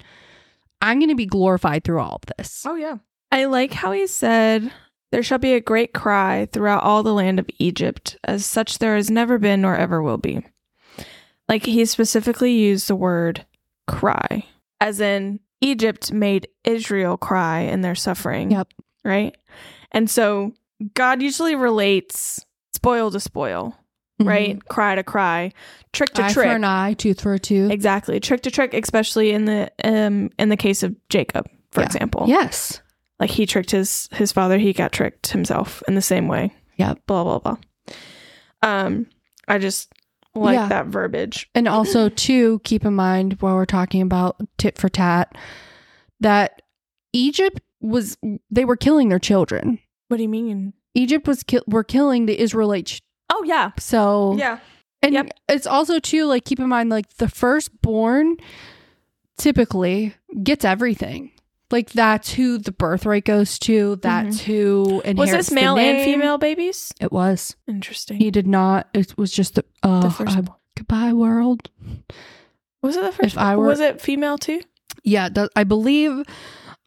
Speaker 2: I'm going to be glorified through all of this.
Speaker 1: Oh, yeah. I like how he said, There shall be a great cry throughout all the land of Egypt, as such there has never been nor ever will be. Like he specifically used the word cry. as in Egypt made Israel cry in their suffering.
Speaker 2: Yep.
Speaker 1: Right? And so God usually relates spoil to spoil, right? Cry to Mm-hmm. cry, trick to
Speaker 2: Mm-hmm. eye
Speaker 1: trick.
Speaker 2: for an eye, tooth for a tooth.
Speaker 1: Exactly. Trick to trick, especially in the um in the case of Jacob, for
Speaker 2: Yeah.
Speaker 1: example.
Speaker 2: Yes.
Speaker 1: Like he tricked his his father, he got tricked himself in the same way.
Speaker 2: Yep.
Speaker 1: Blah blah blah. Um I just like
Speaker 2: Yeah.
Speaker 1: that verbiage.
Speaker 2: And also, too, keep in mind while we're talking about tit for tat that Egypt was, they were killing their children.
Speaker 1: What do you mean?
Speaker 2: Egypt was, ki- were killing the Israelites.
Speaker 1: Oh yeah.
Speaker 2: So,
Speaker 1: Yeah.
Speaker 2: and
Speaker 1: yep.
Speaker 2: it's also, too, like, keep in mind, like, the firstborn typically gets everything. Like, that's who the birthright goes to. That's who inherits
Speaker 1: Mm-hmm. Was this
Speaker 2: the
Speaker 1: male and
Speaker 2: name.
Speaker 1: female babies?
Speaker 2: It was.
Speaker 1: Interesting.
Speaker 2: He did not. It was just the, oh,
Speaker 1: the first
Speaker 2: I- goodbye, world.
Speaker 1: was it the first?
Speaker 2: if I were-
Speaker 1: was it female too?
Speaker 2: Yeah, that, I believe.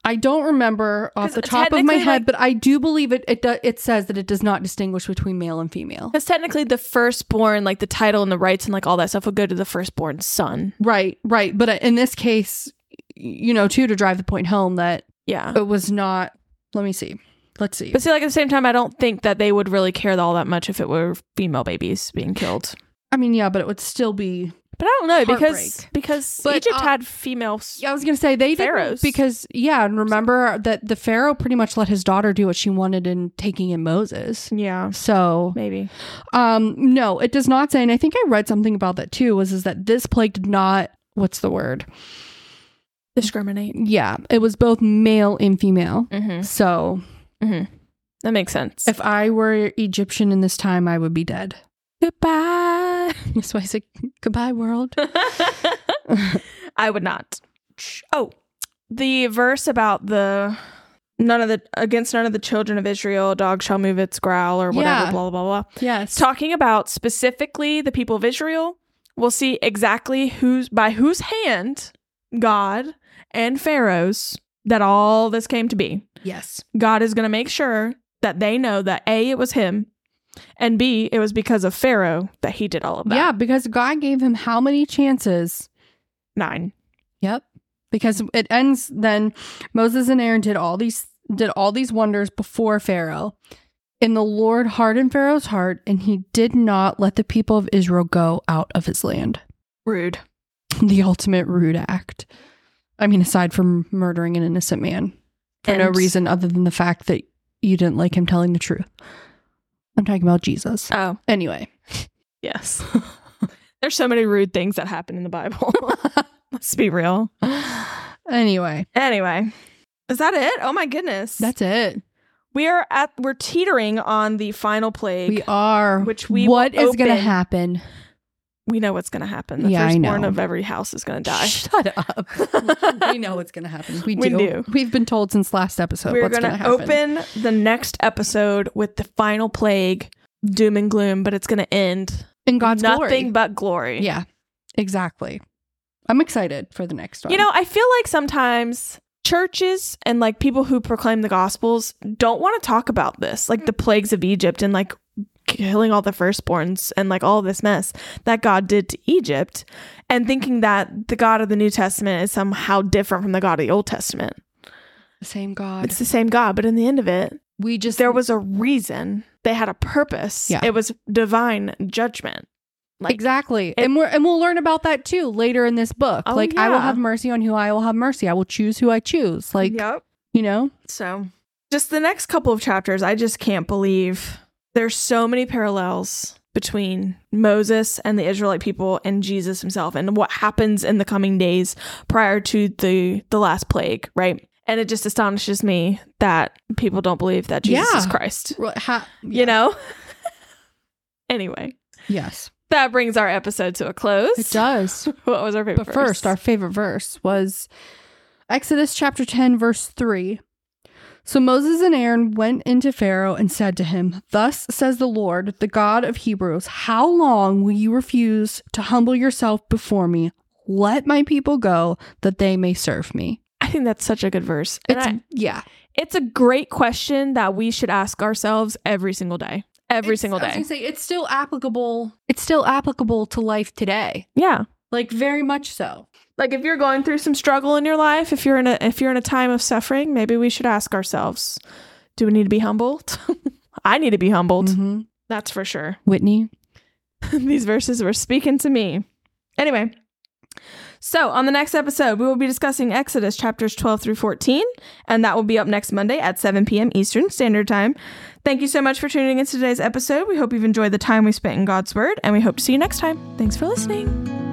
Speaker 2: I don't remember off
Speaker 1: 'Cause
Speaker 2: the top of my
Speaker 1: technically,
Speaker 2: head,
Speaker 1: like-
Speaker 2: but I do believe it. It do, it says that it does not distinguish between male and
Speaker 1: *laughs*
Speaker 2: female.
Speaker 1: Because technically, the firstborn, like the title and the rights and like all that stuff, would go to the firstborn son.
Speaker 2: Right, right. But uh, in this case, you know, too, to drive the point home that
Speaker 1: Yeah.
Speaker 2: it was not. Let me see. Let's see.
Speaker 1: Uh-huh. But see, like at the same time, I don't think that they would really care all that much if it were female babies being killed.
Speaker 2: I mean, yeah, but it would still be.
Speaker 1: But I don't know because
Speaker 2: Heartbreak.
Speaker 1: because
Speaker 2: But,
Speaker 1: Egypt
Speaker 2: uh,
Speaker 1: had females.
Speaker 2: Yeah, I was gonna say they
Speaker 1: Pharaohs.
Speaker 2: did because yeah, and remember that the pharaoh pretty much let his daughter do what she wanted in taking in Moses.
Speaker 1: Yeah,
Speaker 2: So
Speaker 1: maybe.
Speaker 2: Um, no, it does not say, and I think I read something about that too. Was is that this plague did not? What's the word?
Speaker 1: Discriminate.
Speaker 2: Yeah, it was both male and female.
Speaker 1: Mm-hmm.
Speaker 2: So
Speaker 1: That makes sense.
Speaker 2: if I were Egyptian in this time, I would be dead.
Speaker 1: goodbye.
Speaker 2: *laughs* That's why I said goodbye, world.
Speaker 1: *laughs* I would not. Oh, the verse about the none of the against none of the children of Israel, a dog shall move its growl or whatever.
Speaker 2: Yeah.
Speaker 1: Blah blah blah blah. It's
Speaker 2: Yes.
Speaker 1: talking about specifically the people of Israel. We'll see exactly who's by whose hand God and Pharaoh's that all this came to be.
Speaker 2: yes.
Speaker 1: God is going to make sure that they know that A, it was him, and B, it was because of Pharaoh that he did all of that.
Speaker 2: Yeah, because God gave him how many chances?
Speaker 1: Nine.
Speaker 2: Yep. Because it ends then Moses and Aaron did all these did all these wonders before Pharaoh. And the Lord hardened Pharaoh's heart, and he did not let the people of Israel go out of his land. *laughs*
Speaker 1: Rude.
Speaker 2: The ultimate rude act. I mean, aside from murdering an innocent man for no
Speaker 1: And-
Speaker 2: reason other than the fact that you didn't like him telling the truth. I'm talking about Jesus.
Speaker 1: Oh, *sighs*
Speaker 2: Anyway.
Speaker 1: yes. *laughs* There's so many rude things that happen in the Bible. *laughs* Let's be real.
Speaker 2: anyway,
Speaker 1: Anyway, is that it? Oh my goodness.
Speaker 2: that's it.
Speaker 1: we are at we're teetering on the final plague.
Speaker 2: We are.
Speaker 1: Which we
Speaker 2: what
Speaker 1: will
Speaker 2: is going to
Speaker 1: open-
Speaker 2: happen?
Speaker 1: we know what's going to happen. The
Speaker 2: Yeah, I
Speaker 1: firstborn
Speaker 2: know.
Speaker 1: of every house is going to die.
Speaker 2: *laughs* Shut up. we know what's going to happen. We
Speaker 1: We
Speaker 2: do.
Speaker 1: do.
Speaker 2: We've been told since last episode
Speaker 1: We're
Speaker 2: what's
Speaker 1: going
Speaker 2: going to
Speaker 1: to
Speaker 2: happen.
Speaker 1: open the next episode with the final plague, doom and gloom, but it's going to end
Speaker 2: in God's
Speaker 1: nothing
Speaker 2: glory.
Speaker 1: but glory.
Speaker 2: yeah, exactly. I'm excited for the next one.
Speaker 1: You know, I feel like sometimes churches and like people who proclaim the gospels don't want to talk about this, like the plagues of Egypt and like killing all the firstborns and like all this mess that God did to Egypt and thinking that the God of the New Testament is somehow different from the God of the Old Testament.
Speaker 2: same God.
Speaker 1: It's the same God, but in the end of it,
Speaker 2: we just
Speaker 1: there was a reason. They had a purpose.
Speaker 2: Yeah.
Speaker 1: It was divine judgment. Like,
Speaker 2: exactly, and we're and we'll learn about that too later in this book.
Speaker 1: Oh,
Speaker 2: like I will
Speaker 1: yeah.
Speaker 2: have mercy on who I will have mercy. I will choose who I choose. Like
Speaker 1: yep.
Speaker 2: you know,
Speaker 1: So, just the next couple of chapters, I just can't believe there's so many parallels between Moses and the Israelite people and Jesus himself and what happens in the coming days prior to the the last plague, right? And it just astonishes me that people don't believe that Jesus is
Speaker 2: Yeah.
Speaker 1: Christ.
Speaker 2: Ro- ha-
Speaker 1: You know? *laughs* anyway,
Speaker 2: yes,
Speaker 1: that brings our episode to a close.
Speaker 2: it does.
Speaker 1: What was our favorite
Speaker 2: But first, our favorite verse was Exodus chapter 10, verse 3. So Moses and Aaron went into Pharaoh and said to him, Thus says the Lord, the God of Hebrews, how long will you refuse to humble yourself before me? Let my people go that they may serve me.
Speaker 1: I think that's such a good verse. And
Speaker 2: It's,
Speaker 1: I-
Speaker 2: yeah.
Speaker 1: It's a great question that we should ask ourselves every single day. Every
Speaker 2: It's-
Speaker 1: single
Speaker 2: I was
Speaker 1: day.
Speaker 2: gonna say, it's still applicable. It's still applicable to life today.
Speaker 1: Yeah.
Speaker 2: Like, very much so.
Speaker 1: Like if you're going through some struggle in your life, if you're in a if you're in a time of suffering, maybe we should ask ourselves, do we need to be humbled? *laughs* I need to be humbled.
Speaker 2: Mhm.
Speaker 1: That's for sure.
Speaker 2: Whitney.
Speaker 1: *laughs* These verses were speaking to me. Anyway, so on the next episode, we will be discussing Exodus chapters 12 through 14, and that will be up next Monday at 7 p.m. Eastern Standard Time. Thank you so much for tuning in to today's episode. We hope you've enjoyed the time we spent in God's Word, and we hope to see you next time. Thanks for listening.